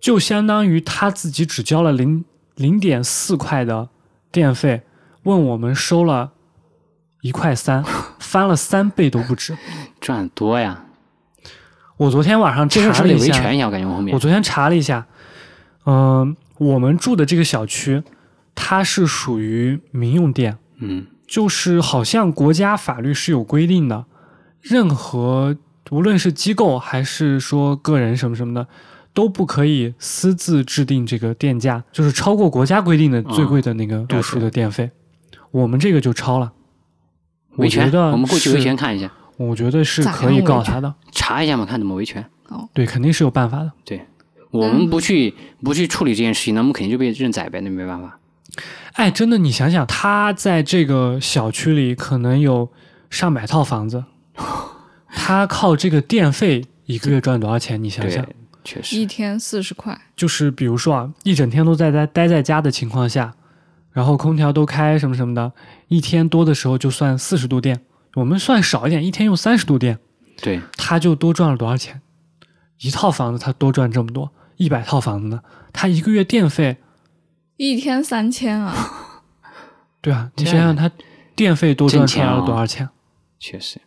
就相当于他自己只交了零零点四块的电费，问我们收了一块 三，翻了三倍都不止。
赚得多呀。
我昨天晚上
这事儿
查了
是得
一
维
下，
权一下，我感觉我后面
我昨天查了一下，嗯、我们住的这个小区，它是属于民用电，
嗯
就是好像国家法律是有规定的，任何无论是机构还是说个人什么什么的，都不可以私自制定这个电价，就是超过国家规定的最贵的那个度数的电费。我们这个就超了，我
维
觉
权，
得
我们过去
是
维权看一下，
我觉得是
咋
可以
样
告
维权
他的，
查一下嘛，看怎么维权。
对，肯定是有办法的。嗯
我们不去不去处理这件事情，那我们肯定就被认宰呗，那没办法。
哎，真的，你想想，他在这个小区里可能有上百套房子，他靠这个电费一个月赚多少钱？你想
对
想，，
确实
一天四十块，
就是比如说啊，一整天都在待待在家的情况下，然后空调都开什么什么的，一天多的时候就算四十度电，我们算少一点，一天用三十度电，
对，
他就多赚了多少钱？一套房子他多赚这么多，一百套房子呢，他一个月电费，
一天三千啊！
对啊，你
天
想想他电费多赚
挣
出
钱
来了
啊
多少钱？
确实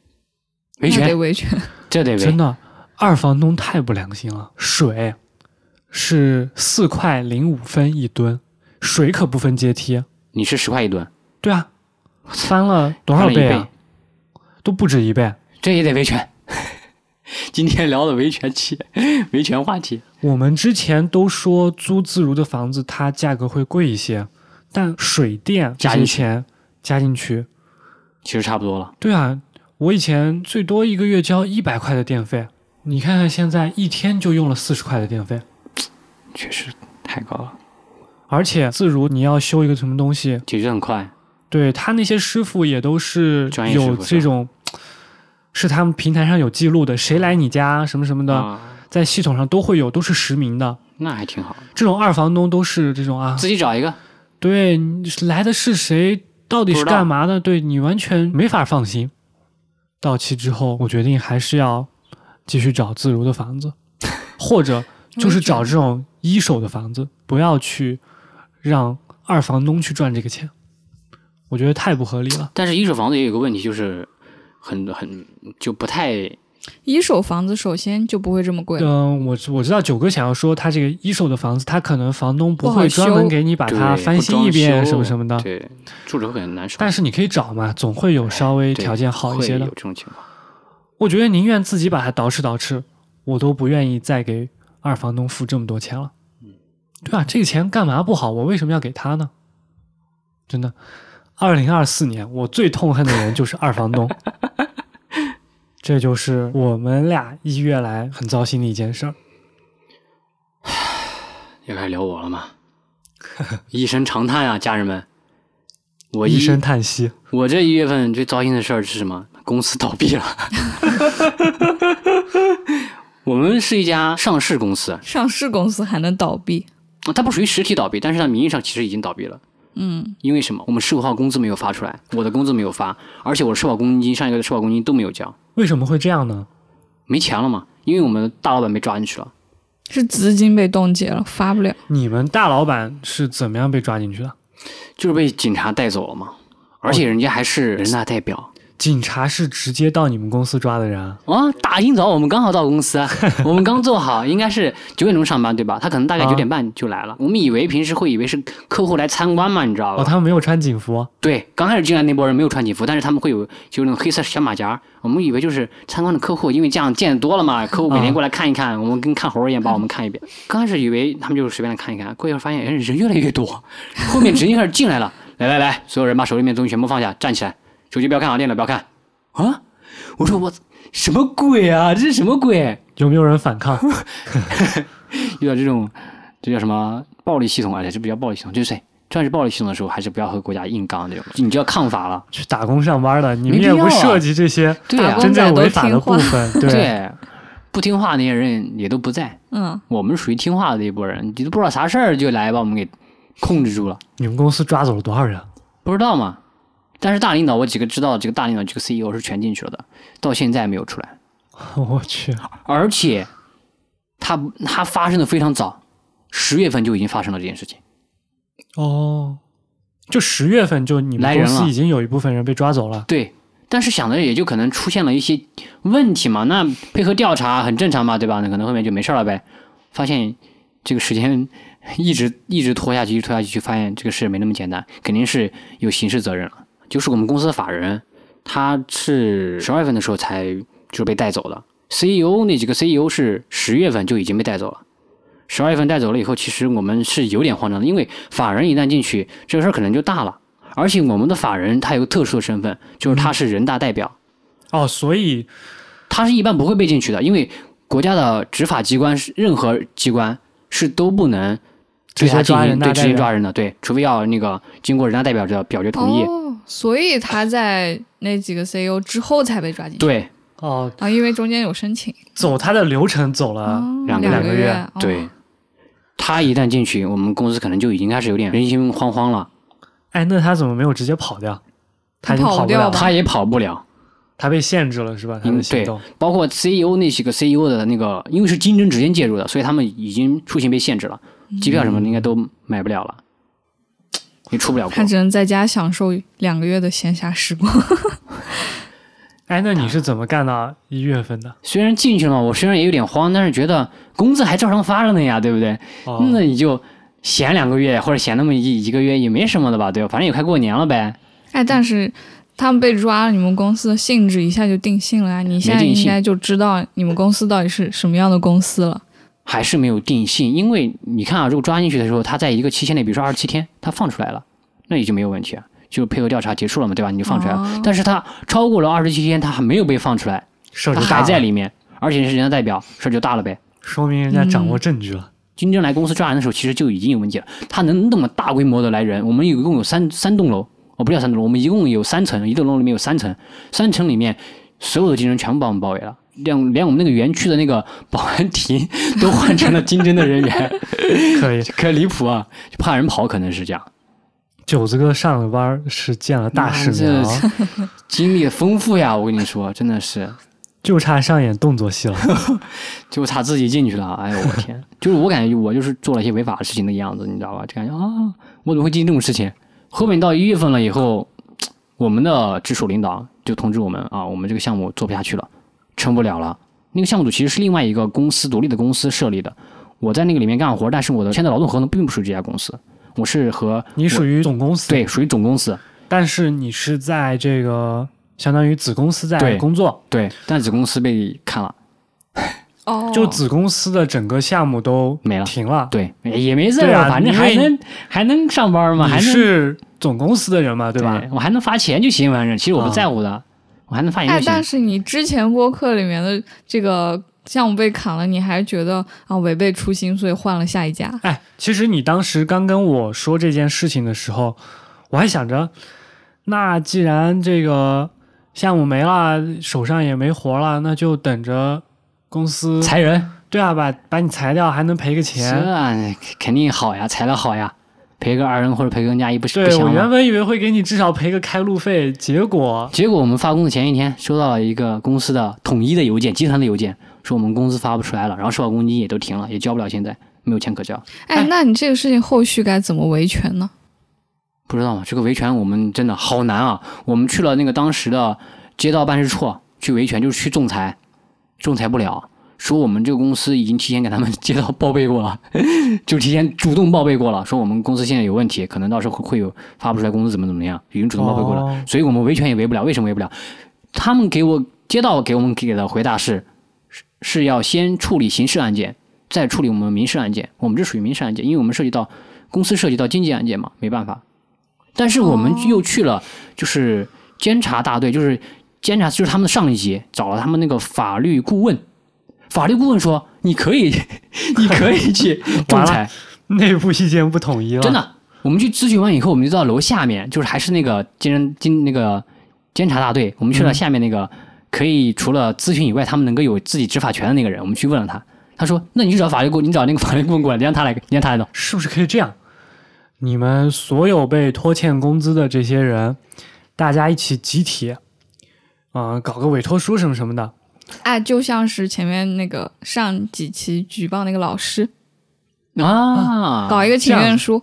维
那得
权，
维权。
这得
真
维。
的，二房东太不良心了。水是四块零五分一吨，水可不分阶梯。啊
你是十块一吨，
对啊，翻了多
翻
少
了一
倍啊
倍？，
都不止一倍。
这也得维权。 今天聊的维权期，维权话题，
我们之前都说租自如的房子它价格会贵一些，但水电这
加
些
进去
钱加进去，
其实差不多了。
对啊，我以前最多一个月交一百块的电费，你看看现在一天就用了四十块的电费。
确实太高了，
而且自如你要修一个什么东西，
解决得很快。
对他那些师傅也都是
专业师傅
有这种，是他们平台上有记录的，谁来你家什么什么的，
啊，
在系统上都会有，都是实名的。
那还挺好，
这种二房东都是这种啊，
自己找一个。
对，你是来的是谁，到底
不
是
知道
干嘛的，对你完全没法放心。到期之后，我决定还是要继续找自如的房 子，或者就是找这种一手的房子，不要去让二房东去赚这个钱，我觉得太不合理了。
但是一手房子也有个问题，就是很很就不太
一手房子首先就不会这么贵了，
啊
嗯，我知我知道九哥想要说，他这个一手的房子，他可能房东不
不好
会专门
修
给你把
对
它
不
翻新
装
一遍
修
什么什么的，
对，住着会很难受。
但是你可以找嘛，总会有稍微
对
条件好一
会
些的
有。这种情况。
我觉得宁愿自己
嗯
把它捯饬捯饬，我都不愿意再给二房东付这么多钱了。对啊，这个钱干嘛不好？我为什么要给他呢？真的，二零二四年我最痛恨的人就是二房 东，这就是我们俩一月来很糟心的一件事儿。
又开始聊我了吗？ 一声长叹啊，家人们，我
一
一
声叹息，
我这一月份最糟心的事儿是什么？公司倒闭了。 我们是一家上市公司，
上市公司还能倒闭？
它不属于实体倒闭，但是它名义上其实已经倒闭了。
嗯，
因为什么？我们十五号工资没有发出来，我的工资没有发，而且我的社保公积金、上一个月的社保公积金都没有交，
为什么会这样呢？
没钱了嘛？因为我们大老板被抓进去了。
是资金被冻结了，发不了。
你们大老板是怎么样被抓进去的？
就是被警察带走了嘛，而且人家还是人大代表
警察是直接到你们公司抓的人啊？
啊！大清早我们刚好到公司，啊我们刚做好，应该是九点钟上班对吧？他可能大概
啊
九点半就来了。我们以为平时会以为是客户来参观嘛，你知道
哦，
吧？
他们没有穿警服，
对，刚开始进来那波人没有穿警服，但是他们会有就是那种黑色小马甲，我们以为就是参观的客户，因为这样见得多了嘛，客户每天过来看一看，我们跟看猴儿一样把我们看一 遍。刚开始以为他们就是随便来看一看，过一会儿发现哎人越来越多，后面直接开始进来了，来来来，所有人把手里面的东西全部放下，站起来，手机不要看啊，电脑不要看啊！我说我什么鬼啊，这是什么鬼？
有没有人反抗？
遇到这种这叫什么暴力系统啊？这不叫暴力系统，就是战是暴力系统的时候，还是不要和国家硬刚这种，你就要抗法了。
去打工上班的，你们
没必
也
要
不
啊
涉及这些
对啊
真正违法的部分，
对
对，
不听话那些人也都不在，
嗯，
我们属于听话的一波人，你都不知道啥事儿就来把我们给控制住了，
你们公司抓走了多少人？
不知道嘛？但是大领导，我几个知道，这个大领导，这个 CEO 是全进去了的，到现在没有出来，
我去，
而且他他发生的非常早，十月份就已经发生了这件事情，
哦，就十月份就你们
来
公
人
司
了
已经有一部分人被抓走了，
对。但是想着也就可能出现了一些问题嘛，那配合调查很正常嘛，对吧？那可能后面就没事儿了呗。发现这个时间 一直一直拖下去，一直拖下去，发现这个事没那么简单，肯定是有刑事责任了。就是我们公司的法人，他是十二月份的时候才就是被带走的，CEO 那几个 CEO 是十月份就已经被带走了。十二月份带走了以后，其实我们是有点慌张的，因为法人一旦进去，这个事儿可能就大了。而且我们的法人他有个特殊的身份，
嗯
就是他是人大代表，
哦，所以
他是一般不会被进去的，因为国家的执法机关是任何机关是都不能
直
对
接
他进
抓人
行
大
对
代
直接
表
抓人的，对，除非要那个经过人大代表的表决同意。
哦，所以他在那几个 CEO 之后才被抓进去。
对
哦，
啊，因为中间有申请，
走他的流程走了，
哦
两
两
个
两个
个
月
哦
对，他一旦进去，我们公司可能就已经开始有点人心惶惶了，
哎，那他怎么没有直接跑掉？他已经
跑不
跑不
掉
了，
吧
他也跑不了。
他被限制了是吧？他
嗯
的行
对
动，
包括 CEO 那几个 CEO 的那个，因为是金针直接介入的，所以他们已经出行被限制了，机票什么
嗯
的应该都买不了了，也出不了国
他。只能在家享受两个月的闲暇时光。
哎，那你是怎么干到一月份的？
虽然进去了嘛，我虽然也有点慌，但是觉得工资还照常发着呢呀，对不对？
哦，
那你就闲两个月或者闲那么一一个月也没什么的吧，对吧？反正也快过年了呗。
哎，但是他们被抓了，你们公司的性质一下就定性了啊！你现在
没定性
应该就知道你们公司到底是什么样的公司了。
还是没有定性，因为你看啊，如果抓进去的时候，他在一个期限内，比如说二十七天，他放出来了，那也就没有问题啊，就配合调查结束了嘛，对吧？你就放出来了。
哦
但是他超过了二十七天，他还没有被放出来，
事儿
他
就大
还在
了，
里面，而且是人家代表，事儿就大了呗。
说明人家掌握证据了。
金针来公司抓人的时候，其实就已经有问题了。他能那么大规模的来人，我们一共有三三栋楼，哦，不叫三栋楼，我们一共有三层，一栋楼里面有三层，三层里面所有的金针全部把我们包围了，连连我们那个园区的那个保安亭都换成了金针的人员，嗯
可以，
可离谱啊！就怕人跑，可能是这样。
九子哥上了班儿是见了大世面
那
啊，
经历丰富呀，我跟你说，真的是，
就差上演动作戏了。
就差自己进去了。哎呦我天，就是我感觉我就是做了一些违法的事情的样子，你知道吧？就感觉啊，我怎么会进这种事情？后面到一月份了以后，我们的直属领导就通知我们啊，我们这个项目做不下去了，撑不了了。那个项目组其实是另外一个公司独立的公司设立的，我在那个里面干活，但是我的签的劳动合同并不属于这家公司，我是和
你属于总公司，
对属于总公司，
但是你是在这个相当于子公司在
对
工作，
对，但子公司被砍了。
哦，
就子公司的整个项目都
没了
停了。
对，也没事
对
儿、
啊
反正
因
还
为
能还能上班嘛，还
你
能
是总公司的人嘛，对吧？
我还能发钱就行，反正其实我不
啊
在乎的，我还能发钱
哎
就，行。
但是你之前播客里面的这个项目被砍了，你还觉得啊违背初心，所以换了下一家。
哎，其实你当时刚跟我说这件事情的时候，我还想着，那既然这个项目没了，手上也没活了，那就等着公司
裁人
对啊，把把你裁掉还能赔个
这
钱。
肯定好呀，裁了好呀，赔个二 N 或者赔个 N 加一不不
对我
香
原
吗？
本以为会给你至少赔个开路费，结果
结果我们发工的前一天收到了一个公司的统一的邮件，集团的邮件，说我们工资发不出来了，然后社保公积金也都停了，也交不了，现在没有钱可交，
哎，那你这个事情后续该怎么维权呢？
不知道吗？这个维权我们真的好难啊！我们去了那个当时的街道办事处啊去维权，就是去仲裁，仲裁不了，说我们这个公司已经提前给他们街道报备过了， 就提前主动报备过了，说我们公司现在有问题，可能到时候会会有发不出来工资怎么怎么样，已经主动报备过了，
哦
所以我们维权也维不了。为什么维不了？他们给我街道给我们给的回答是是是要先处理刑事案件，再处理我们民事案件。我们这属于民事案件，因为我们涉及到公司涉及到经济案件嘛，没办法。但是我们
哦
又去了，就是监察大队，就是监察就是他们的上一级，找了他们那个法律顾问。法律顾问说：“你可以， 你可以去 仲
完了
裁，
内部意见不统一了，
真。的。”我们去咨询完以后，我们就到楼下面，就是还是那个监监那个监察大队，我们去了
嗯
下面那个、可以除了咨询以外，他们能够有自己执法权的那个人，我们去问了他，他说：“那你去找法律顾，你找那个法律顾问过来，你让他来，你让他来弄。
是不是可以这样？你们所有被拖欠工资的这些人，大家一起集体，嗯、搞个委托书什么什么的，
哎，就像是前面那个上几期举报那个老师，”
啊，
搞一个请
这样子
愿书，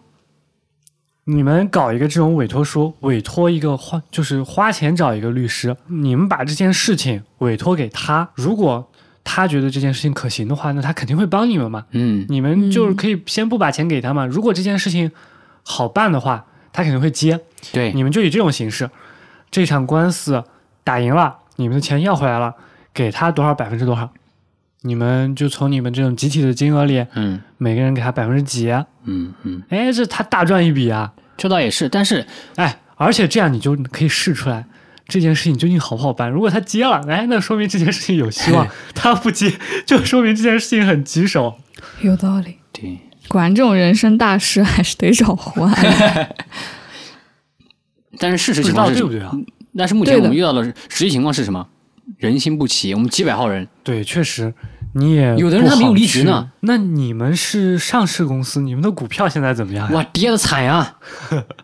你们搞一个这种委托书，委托一个花就是花钱找一个律师，你们把这件事情委托给他，如果他觉得这件事情可行的话，那他肯定会帮你们嘛。
嗯，
你们就是可以先不把钱给他嘛。如果这件事情好办的话，他肯定会接。
对，
你们就以这种形式，这场官司打赢了，你们的钱要回来了，给他多少百分之多少，你们就从你们这种集体的金额里，
嗯
每个人给他百分之几，啊
嗯嗯，
哎，这他大赚一笔啊！
这倒也是，但是
哎，而且这样你就可以试出来这件事情究竟好不好办。如果他接了，哎，那说明这件事情有希望；他不接， 就说明这件事情很棘手。
有道理。
对，
果然，这种人生大事还是得找 胡安。
但是事
不知
实情
道
况
对不
是，
对啊？
但是目前
对
我
的
们遇到的实际情况是什么？人心不齐，我们几百 号人，
对，确实，你也
有的人
不
他没有
好
离职
去
呢。
那你们是上市公司，你们的股票现在怎么样呀？
哇，跌的惨呀，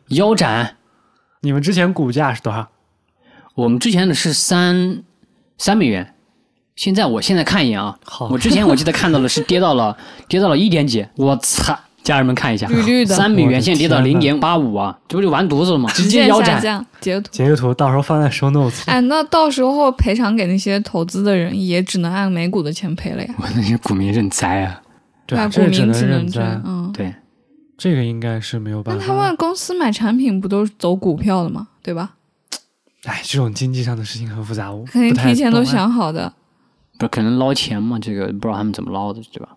腰斩。
你们之前股价是多少？
我们之前的是三三美元，现在我现在看一眼啊，
好
我之前我记得看到的是跌到了跌到了一点几，我操！家人们看一下，啊
绿绿的
三美元现在跌到
我的
零
天
点八五啊，这不就完犊子了吗？直接
见
腰
下
斩。
降，截图。
截个图，到时候放在 show notes。
哎，那到时候赔偿给那些投资的人，也只能按每股的钱赔了呀。
我那些股民认栽啊，
对
那
啊，
股
这只
民只
认
能这
栽
样。，嗯，
对，
这个应该是没有办
那
法。
他们公司买产品不都是走股票的吗？对吧？
哎，这种经济上的事情很复杂，我
肯定
不太
提前都
懂啊。
想好的。
不是可能捞钱嘛？这个不知道他们怎么捞的，对吧？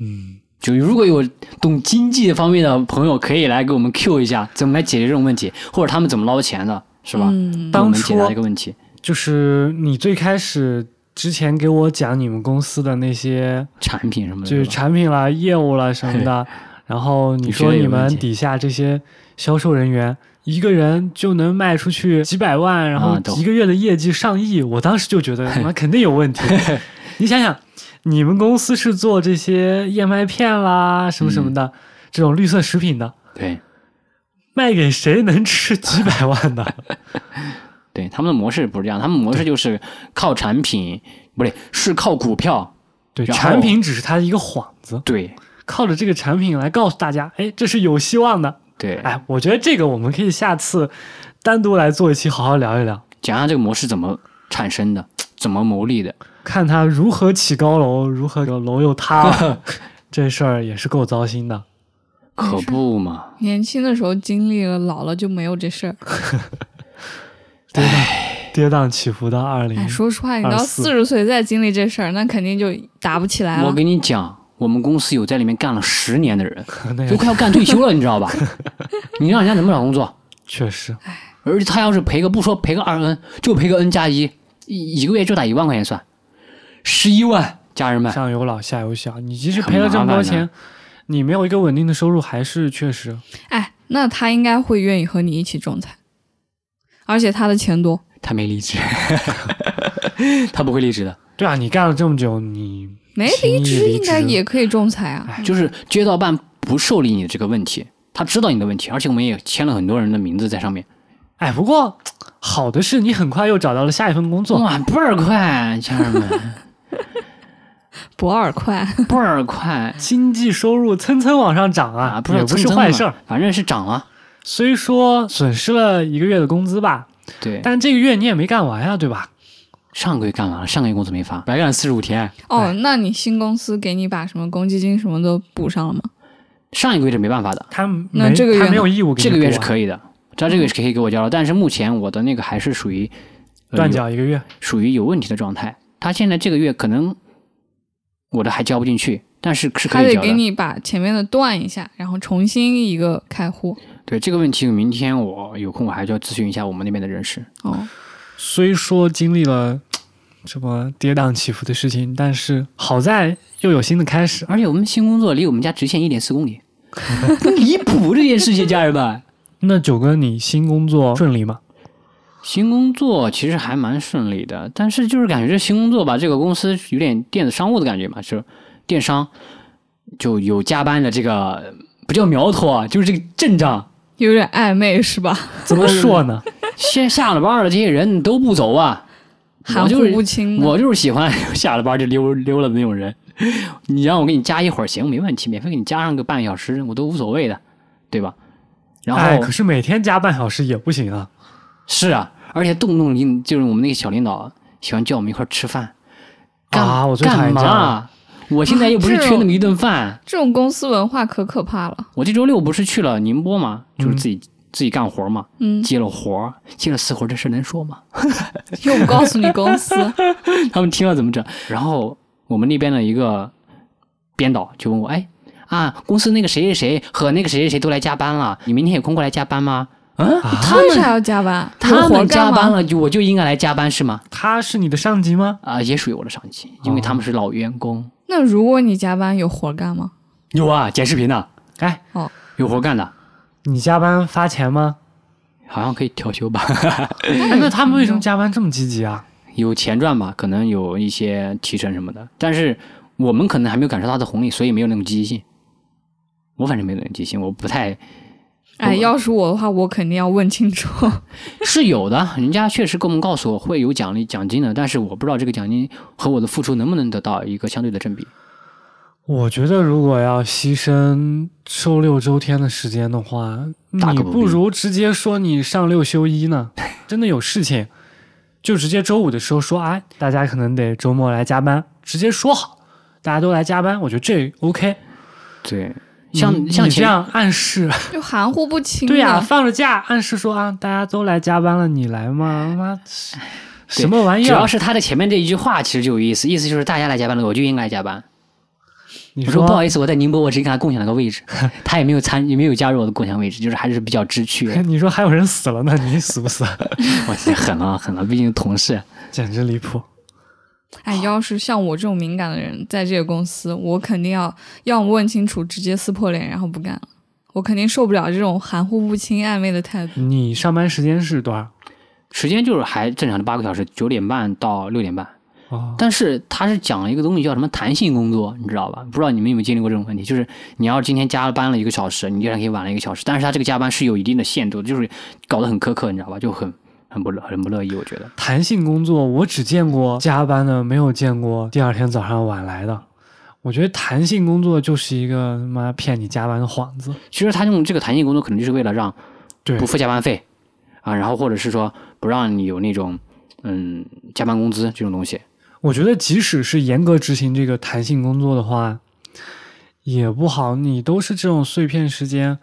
嗯，
就如果有懂经济方面的朋友，可以来给我们 Q 一下，怎么来解决这种问题，或者他们怎么捞钱的，是吧？
嗯，
帮
当
我们
初
解答这个问题。
就是你最开始之前给我讲你们公司的那些，
产品什么的，
就是
对吧
产品啦、业务啦什么的，然后你说
你觉得有
你
问
们
题
底下这些销售人员。一个人就能卖出去几百万，然后
啊懂
一个月的业绩上亿，我当时就 觉得他妈肯定有问题。你想想，你们公司是做这些燕麦片啦、什么什么的、
嗯
这种绿色食品的，
对
卖给谁能吃几百万 呢？
对，他们的模式不是这样，他们模式就是靠产品，不对，是靠股票，
对，
然后
产品只是它的一个幌子，
对
靠着这个产品来告诉大家，哎，这是有希望的。
对，
哎，我觉得这个我们可以下次单独来做一期，好好聊一聊，
讲讲这个模式怎么产生的，怎么牟利的，
看他如何起高楼，如何有楼又塌 了这事儿也是够糟心的。
可不嘛？
年轻的时候经历了，老了就没有这事儿。
哎
对吧？跌宕起伏到
嗯
二零
哎，。说实话，你到
24
四十岁再经历这事儿，那肯定就打不起
哎
来
我
了。
跟你讲，我们公司有在里面干了十年的人，
那
都
也
快要干退休了，你知道吧？ 你让人家怎么找工作？
确实，
而且他要是赔个不说赔个二 n，就赔个 n 加一，一一个月就打一万块钱算，十一万，家人们，
上有老下有小，你即使
很
赔了这么
麻
多
烦的
钱，你没有一个稳定的收入，还是确实
哎，那他应该会愿意和你一起仲裁，而且他的钱多。
他没离职， 他不会离职的。
对啊。你干了这么久，你
没
轻易
离职
离
应该
职
也可以仲裁 啊。
就是街道办不受理你这个问题，他知道你的问题，而且我们也签了很多人的名字在上面。
哎，不过好的是你很快又找到了下一份工作，
哇，倍儿快，啊家人们，
不二快，
倍儿快
经济收入蹭蹭往上涨 啊，
知道
也不
蹭
是
蹭
坏
嘛
事儿。
反正是涨了。
虽说损失了一个月的工资吧，
对，
但这个月你也没干完呀、对吧？
上个月干完了，上个月工资没发，白干了四十五天。
哦，那你新公司给你把什么公积金什么都补上了吗？
上一个月是没办法的，
他
那
没
这个月
他
呢
没有义务给你
这个月是
补啊
可以的，他这个月是可以给我交了，但是目前我的那个还是属于、呃
断
有
缴一个月，
属于有问题的状态。他现在这个月可能我的还交不进去，但是是
他
可以
得
交的
给。你把前面的断一下，然后重新一个开户。
对这个问题，明天我有空我还就要咨询一下我们那边的人事。
哦，
虽说经历了这么跌宕起伏的事情，但是好在又有新的开始。
而且我们新工作离我们家直线一点四公里， 离谱这件事情，家人们。
那九哥，你新工作顺利吗？
新工作其实还蛮顺利的，但是就是感觉这新工作吧，这个公司有点电子商务的感觉嘛，就是电商就有加班的这个不叫苗头啊，就是这个阵仗。
有点暧昧是吧？
怎么说呢？
先下了班了，这些人都不走啊，
含
我就
糊
是
不清的。
我就是喜欢 下了班就溜溜了的那种人。你让我给你加一会儿行，没问题，免费给你加上个半小时，我都无所谓的，对吧？ 然后、
哎，可是每天加半小时也不行啊。
是啊，而且动不动领就是我们那个小领导喜欢叫我们一块儿吃饭，干
啊我最讨
干
厌这哦样
嘛？我现在又不是
这
缺
种
那么一顿饭，
这种公司文化可可怕了。
我这周六不是去了宁波嘛，就是
嗯
自己、自己干活嘛，
嗯，
接了活儿，接了私活儿，这事儿能说吗？
又不告诉你公司，
他们听了怎么整？然后我们那边的一个编导就问我，哎啊，公司那个谁谁谁和那个谁谁谁都来加班了，你明天有空过来加班吗？嗯、
啊
他
为
们
啥要加班？有
他
活
们
干
加
吗
班了，就我就应该来加班是吗？
他是你的上级吗？
啊、也属于我的上
哦
级，因为他们是老员工。
那如果你加班有活干吗？
有啊，剪视频的，
哎，
有活干的，
你加班发钱 吗？
好像可以调休吧，
哎，那他们为什么加班这么积极啊？
有钱赚吧，可能有一些提成什么的，但是我们可能还没有感受到它的红利，所以没有那种积极性。我反正没有那种积极性，我不太
哎，要是我的话，我肯定要问清楚。
是有的，人家确实跟我们告诉我会有奖励奖金的，但是我不知道这个奖金和我的付出能不能得到一个相对的正比。
我觉得如果要牺牲周六周天的时间的话，
大
你
可不必
不如直接说你上六休一 呢。真的有事情，就直接周五的时候说，哎，大家可能得周末来加班，直接说好，大家都来加班，我觉得这 OK。
对，像、
你
像
你这
前
样暗示，
就含糊不清的。
对呀、放了假暗示说啊，大家都来加班了，你来吗？妈，
对
什么玩意
主要
儿？
是他的前面这一句话其实就有意思，意思就是大家来加班了，我就应该来加班。
你
我说不好意思，我在宁波，我只给他共享了个位置， 他也没有参，也没有加入我的共享位置，就是还是比较 知趣。
你说还有人死了呢，你死不死？
我这狠了狠啊了，毕竟同事。
简直离谱！
哎，要是像我这种敏感的人在这个公司，我肯定要要么问清楚，直接撕破脸，然后不干了。我肯定受不了这种含糊不清、暧昧的态度。
你上班时间是多少？
时间就是还正常的八个小时，九点半到六点半。
哦，
但是他是讲了一个东西叫什么弹性工作，你知道吧？不知道你们有没有经历过这种问题，就是你要今天加班了一个小时，你依然可以晚了一个小时，但是他这个加班是有一定的限度的，就是搞得很苛刻，你知道吧？就很很不乐很不乐意，我觉得。
弹性工作我只见过加班的，没有见过第二天早上晚来的。我觉得弹性工作就是一个他妈骗你加班的幌子。
其实他用这个弹性工作，可能就是为了让
对
不付加班费啊，然后或者是说不让你有那种嗯加班工资这种东西。
我觉得即使是严格执行这个弹性工作的话，也不好。你都是这种碎片时间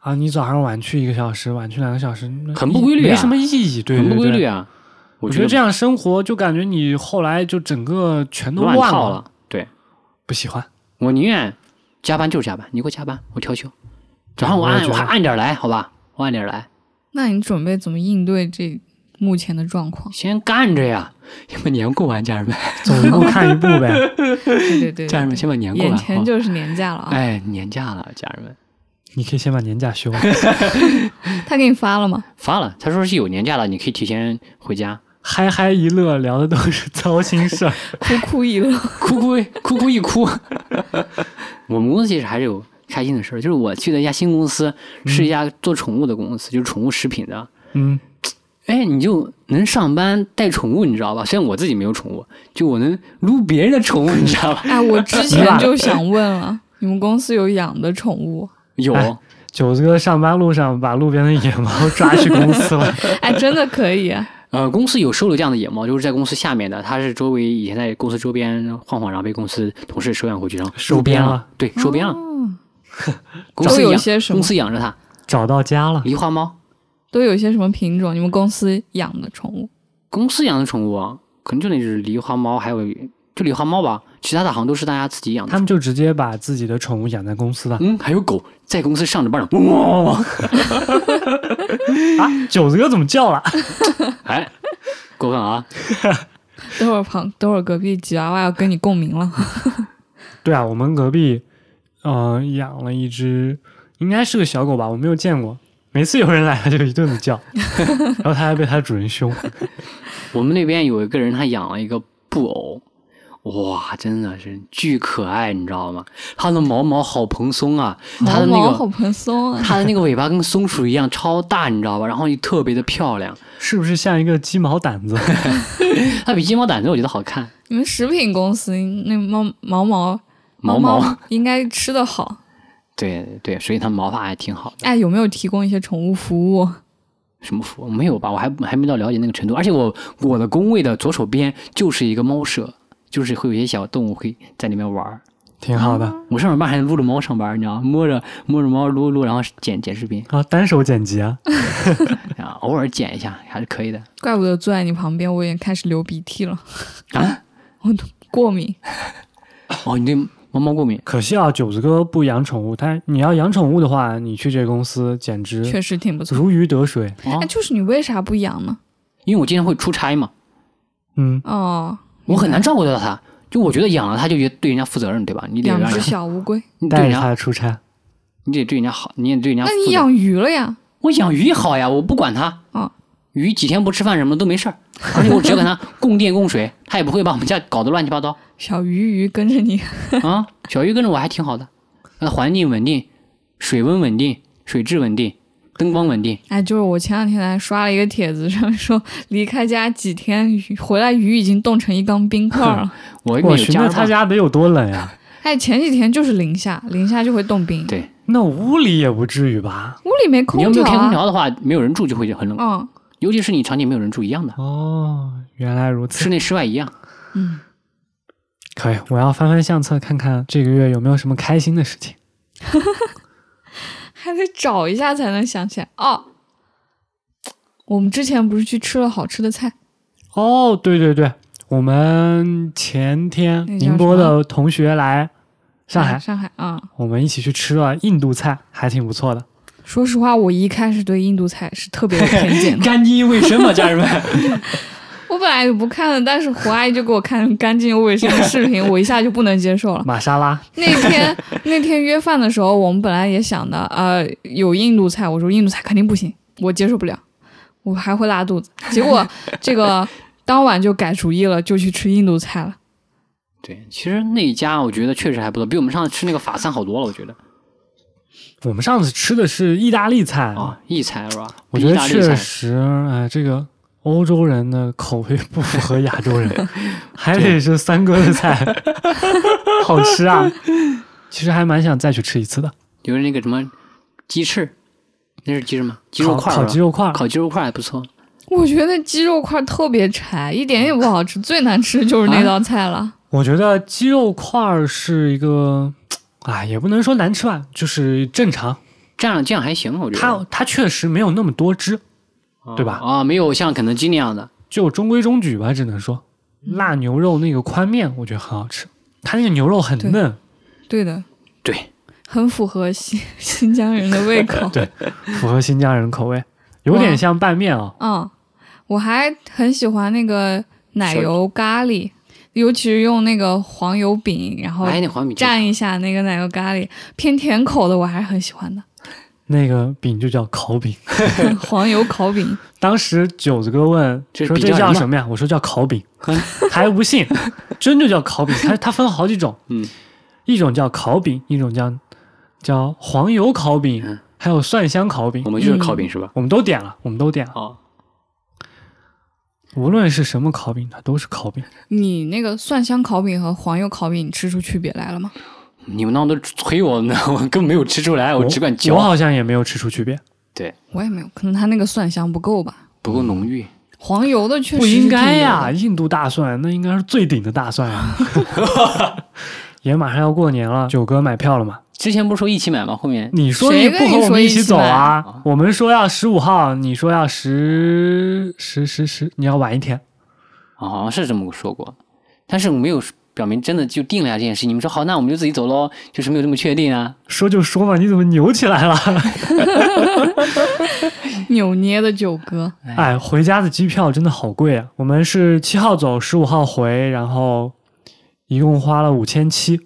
啊，你早上晚去一个小时，晚去两个小时，那
很不规律啊
没什么意义，对
很不规律
啊。
啊。
我
我
觉
觉
得
得
这样生活就感觉你后来就整个全都
乱
乱
套
了，
了。对
不喜欢。
我宁愿加班就是加班，你给我加班，我调休。早上我
我也
按
觉得
我还按点来，好吧，我按点来，
那你准备怎么应对这目前的状况？
先干着呀，先把年过完，家人们，
走一步看一步 呗。
对对对
家
对，
人们先把年过完。
眼前
好吧
就是年假了啊！
哎，年假了，家人们
你可以先把年假休了，
他给你发了吗？
发了，他说是有年假了，你可以提前回家。
嗨嗨一乐，聊的都是糟心事儿。
哭哭一乐，
哭哭哭哭一哭。 我们公司其实还是有开心的事儿，就是我去了一家新公司，
嗯
是一家做宠物的公司，就是宠物食品的。
嗯，
哎，你就能上班带宠物，你知道吧？虽然我自己没有宠物，就我能撸别人的宠物，你知道吧？
哎，我之前就想问了，你们公司有养的宠物？
有，
哎九子哥上班路上把路边的野猫抓去公司了，
哎，真的可以啊！
呃，公司有收留这样的野猫，就是在公司下面的，它是周围以前在公司周边晃晃，然后被公司同事收养回去，然后
收编
编
了，
对，收编了。
哦
公司
都有
养
些什么
公司养着它，
找到家了。
狸花猫。
都有一些什么品种？你们公司养的宠物？
公司养的宠物啊，可能就那只狸花猫，还有就狸花猫吧，其他的好像都是大家自己养
他
的。
们就直接把自己的宠物养在公司了
嗯，还有狗在公司上着班呢，汪嗯汪汪汪。
啊！九子哥怎么叫了？
哎，过分啊！
等会儿旁，等会儿隔壁吉娃娃要跟你共鸣了。
对啊，我们隔壁，呃，养了一只，应该是个小狗吧，我没有见过。每次有人来，它就一顿的叫， 然后它还被它主人凶。
我们那边有一个人，他养了一个布偶，哇，真的是巨可爱，你知道吗？它的毛毛好蓬松啊，它
毛
的那
毛好
个
蓬松啊！
它的那个尾巴跟松鼠一样超大，你知道吧？然后又特别的漂亮，
是不是像一个鸡毛掸子？
它比鸡毛掸子我觉得好看。
你们食品公司那猫毛毛
毛
猫
毛，
应该吃的好。
对对，所以它毛发还挺好的。
哎，有没有提供一些宠物服务？
什么服务？没有吧？我还还没到了解那个程度。而且我我的工位的左手边就是一个猫舍，就是会有一些小动物会在里面玩儿。
挺好的
我上班还撸着猫上班，你知道吗？摸着摸着猫撸撸，然后剪剪视频
啊，单手剪辑啊，
啊，偶尔剪一下还是可以的
怪不得坐在你旁边，我也开始流鼻涕了，
啊。
过敏。
哦，你对猫猫过敏？
可惜啊，九子哥不养宠物，但你要养宠物的话，你去这公司简直
确实挺不错。
如鱼得水。
哦
哎，，就是你为啥不养呢？
因为我经常会出差嘛，
嗯，
哦，
我很难照顾到它。就我觉得养了它就觉得对人家负责任，对吧？你得
养
让
只
人家，
小乌龟，
你嗯对
带
人
着它
家，
出差，
你得对人家好，你也对人家
那
负责。
你养鱼了呀？
我养鱼好呀，我不管它。
哦
鱼几天不吃饭什么的都没事儿， 而且我只要给它供电供水，它也不会把我们家搞得乱七八糟
小鱼鱼跟着你，
啊。小鱼跟着我还挺好的，它的环境稳定，水温稳定，水质稳定，灯光稳定。
哎，就是我前两天还刷了一个帖子，上面说离开家几天，鱼回来鱼已经冻成一缸冰块了。
我
我
有
去，
家
那
人
他
嘛，
家得有多冷呀、
哎，前几天就是零下，零下就会冻冰。
对
那屋里也不至于吧？
屋里没
你要没
空
有
调
开空
啊。
调的话，没有人住就会很冷，
嗯
尤其是你场景没有人住一样的，
哦，原来如此
室。内室外 一样。
嗯，
可以，我要翻翻相册，看看这个月有没有什么开心的事情。
还得找一下才能想起来。哦，我们之前不是去吃了好吃的菜？
哦，对对对，我们前天
那叫
宁波的同学来上海，
上海啊、嗯
我们一起去吃了印度菜，还挺不错的。
说实话，我一开始对印度菜是特别有偏 见的。
干净卫生嘛，家 人们。
我本来就不看的，但是胡阿姨就给我看干净又卫生的视频，我一下就不能接受了。
玛莎拉，
那天那天约饭的时候，我们本来也想的，呃，有印度菜，我说印度菜肯定不行，我接受不了，我还会拉肚子。结果这个当晚就改主意了，就去吃印度菜了。
对，其实那一家我觉得确实还不错，比我们上次吃那个法餐好多了。我觉得
我们上次吃的是意大利菜，
啊，意菜是吧？
我觉得
意大利
确
菜
实，哎，这个欧洲人的口味不符合亚洲 人，还得是三哥的 菜，好吃啊！其实还蛮想再去吃一次的，
就是那个什么鸡翅，那是鸡翅吗？鸡肉
烤
块儿
烤
吧
鸡肉块儿，
烤鸡肉块儿还不错。
我觉得鸡肉块特别柴，一点也不好吃，最难吃就是那道菜了。
我觉得鸡肉块儿是一个，啊，也不能说难吃吧，就是正常。
蘸了
嗯
酱还行，我觉得
它它确实没有那么多汁，
它
对吧
啊啊，没有像肯德基那样的
就中规中矩吧，只能说辣牛肉那个宽面，我觉得很好吃，它那个牛肉很
对
嫩，
对的，
对，
很符合新 新疆人的胃口。
对符合新疆人口味，有点像拌面啊、
嗯，我还很喜欢那个奶
小
油咖喱，尤其是用那个黄油饼，然后
哎，那黄米
蘸一下那个奶油咖喱，偏甜口的我还是很喜欢 的。
那个饼就叫烤饼。
黄油烤饼，
当时九子哥问
这是
说
比
这
较嗯
叫
什么
什么呀？我说叫烤饼， 他还不 信，真就叫烤饼。它它分好几种，
嗯，
一种叫烤饼，一种叫叫黄油烤饼
嗯，
还有蒜香烤饼
我。们就是烤饼是吧？
我们都点了，我们都点了。
哦，
无论是什么烤饼，它都是烤饼。
你那个蒜香烤饼和黄油烤饼，你吃出区别来了吗？
你们那都催我呢，我根本没有吃出来，我只管
哦我
嚼，
好像也没有吃出区别，
对，
我也没有，可能它那个蒜香不够吧。
不够浓郁。
黄油的确实
不应该
呀、
呀！印度大蒜那应该是最顶的大蒜 呀。 也马上要过年了，九哥买票了嘛？
之前不是说一起买吗？后面
你说
谁
你
跟
不
你
和我
说
们
一
起
起
走
买
啊
啊？
我们说要十五号，你说要十十十十，你要晚一天。
啊好像是这么说过，但是我没有表明真的就定了呀这件事。你们说好，那我们就自己走喽，就是没有这么确定啊。
说就说嘛，你怎么扭起来了？
扭捏的九哥，
哎，回家的机票真的好贵啊！我们是七号走，十五号回，然后一共花了五千七。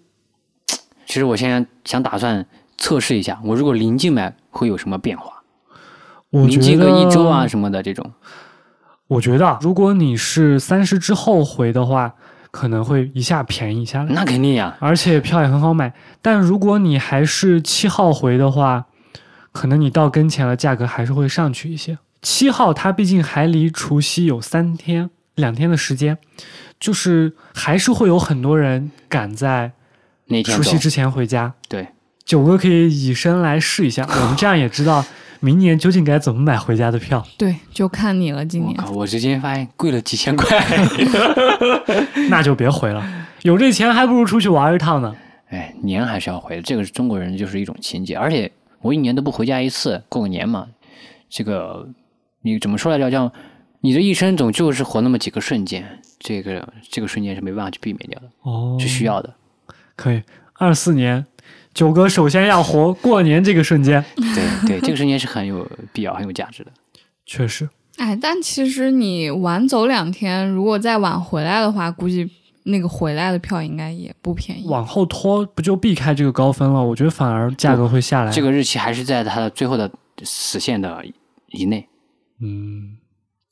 其实我现在想打算测试一下，我如果临近买会有什么变化？
我
临
觉
近
得
个一周啊，什么的这种，
我觉得啊如果你是三十之后回的话，可能会一下便宜下来。
那肯定呀、
而且票也很好买。但如果你还是七号回的话，可能你到跟前了，价格还是会上去一些。七号它毕竟还离除夕有三天、两天的时间，就是还是会有很多人赶在
那天
除
走
夕之前回家。
对，
九哥可以以身来试一 下，我们这样也知道明年究竟该怎么买回家的票。
对，就看你了，今
我
年
靠！我直接发现贵了几千块，
那就别回了，有这钱还不如出去玩一趟呢。
哎，年还是要回的，这个是中国人就是一种情节，而且我一年都不回家一次，过个年嘛，这个你怎么说来着？叫你这一生总就是活那么几个瞬间，这个这个瞬间是没办法去避免掉的，
哦
是需要的。
可以，二四年，九哥首先要活过年这个瞬间，
对对，这个瞬间是很有必要、很有价 值的。
确实，
哎，但其实你晚走两天，如果再晚回来的话，估计那个回来的票应该也不便宜。
往后拖不就避开这个高分了？我觉得反而价格会下来。
这，个日期还是在它的最后的死线的以内，
嗯，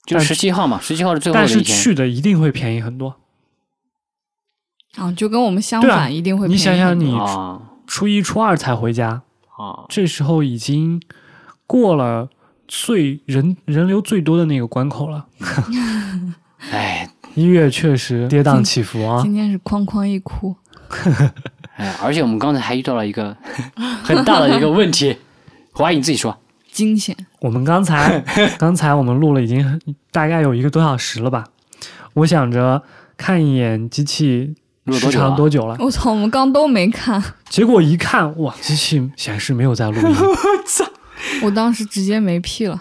就
但
十七号嘛，十七号是最后
但
的
是
一天。
去的一定会便宜很多。
啊，就跟我们相
对啊
反，一定会
你
便宜
想想
很多
你
啊
初一、初二才回家，
啊，
这时候已经过了最人人流最多的那个关口了。
哎
一月确实跌宕起伏啊，
今天是哐哐一哭，
哎，而且我们刚才还遇到了一个 很大的一个问题，华姨你自己说。
惊险。
我们刚 才刚才我们录了已经很大概有一个多小时了吧？我想着看一眼机器
录了
时
多久
长
啊？
多久了，
我操，我们刚都没看，
结果一看，哇，机器显示没有在录音，
我当时直接没屁了。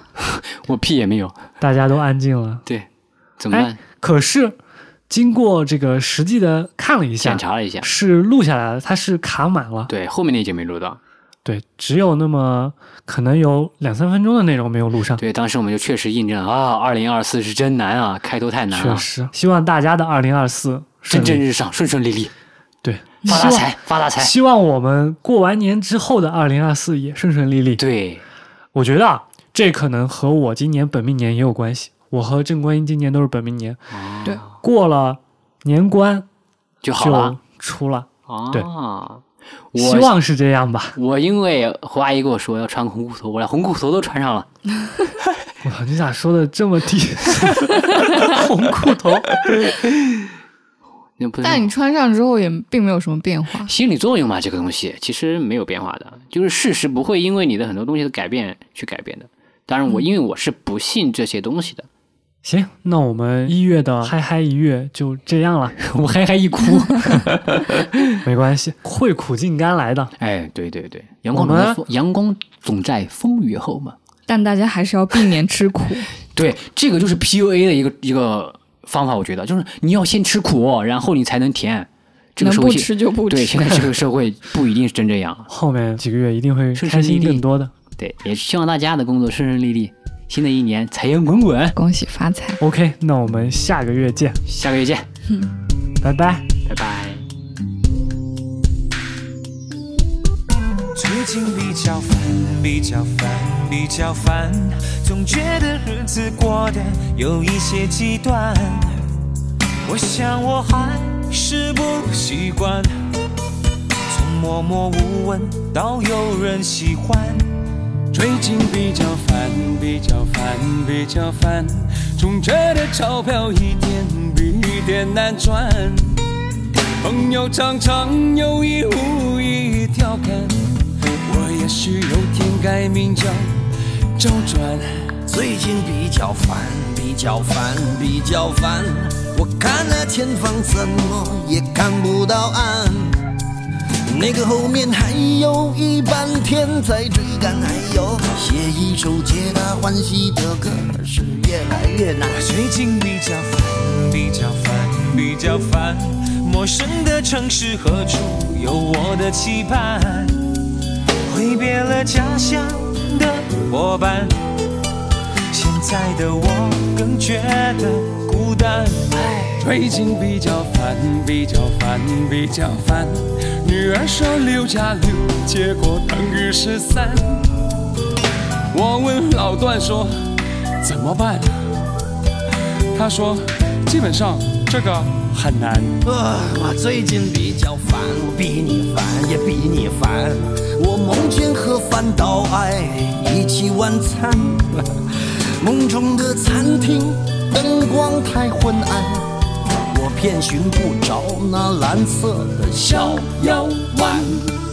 我屁也没有，
大家都安静了。
对，怎么
哎
办？
可是经过这个实际的看了一下
检，查了一下，
是录下来了，它是卡满了。
对，后面那节没录到。
对，只有那么可能有两三分钟的内容没有录上。
对，当时我们就确实印证了啊，二零二四是真难啊，开头太难
确
了，
实，希望大家的二零二四
蒸
顺
蒸
利。
日上，顺顺利利，
对，
发
希
大
望
财，发大财。
希望我们过完年之后的二零二四也顺顺利利。
对，
我觉得啊，这可能和我今年本命年也有关系。我和郑观音今年都是本命年，
哦
对
过了年关
就好
就
了
出了。
啊。
对希
我
望是这样吧。
我因为胡阿姨跟我说要穿红裤头，我连红裤头都穿上了。
我操，你咋说的这么低？ 红裤头，
那不是
但你穿上之后也并没有什么变化。
心理作用嘛，这个东西其实没有变化的，就是事实不会因为你的很多东西的改变去改变的。当然我，因为我是不信这些东西的，
行，那我们一月的嗨嗨一月就这样了，
我嗨嗨一哭。
没关系，会苦尽甘来的。
哎，对对对，阳
我
光总在
们
风阳光总在风雨后嘛。
但大家还是要避免吃苦。
对，这个就是 PUA 的一个一个方法，我觉得就是你要先吃苦，然后你才能甜。这个
能
社
不
会现
吃就不
对
吃
现。在这个社会不一定是真这样。
后面几个月一定会
顺
开
顺利
心
利
更多的。
对，也希望大家的工作顺顺利利，新的一年财源滚滚。
恭喜发财。
OK，那我们下个月见，
下个月见，
拜拜。
拜拜。
最近比较烦，比较烦，比较烦，总觉得日子过得有一些极端。我想我还是不习惯，从默默无闻到有人喜欢。最近比较烦，比较烦，比较烦，总觉得钞票一点比一点难赚。朋友常常有意无意调侃，我也许有天改名叫周转。
最近比较烦，比较烦，比较烦。我看那前方怎么也看不到岸，那个后面还有一半天在追赶。哎呦，写一首皆大欢喜的歌是越来越难。
我最近比较烦，比较烦，比较烦，陌生的城市何处有我的期盼？挥别了家乡的伙伴，现在的我更觉得孤单。最近比较烦，比较烦，比较烦。女儿说六加六，结果等于十三。我问老段说怎么办，他说基本上这个很难。
啊，我最近比较烦，我比你烦，也比你烦。我梦见和饭岛爱一起晚餐，梦中的餐厅灯光太昏暗，我遍寻不着那蓝色的小
小腰
腰丸
丸。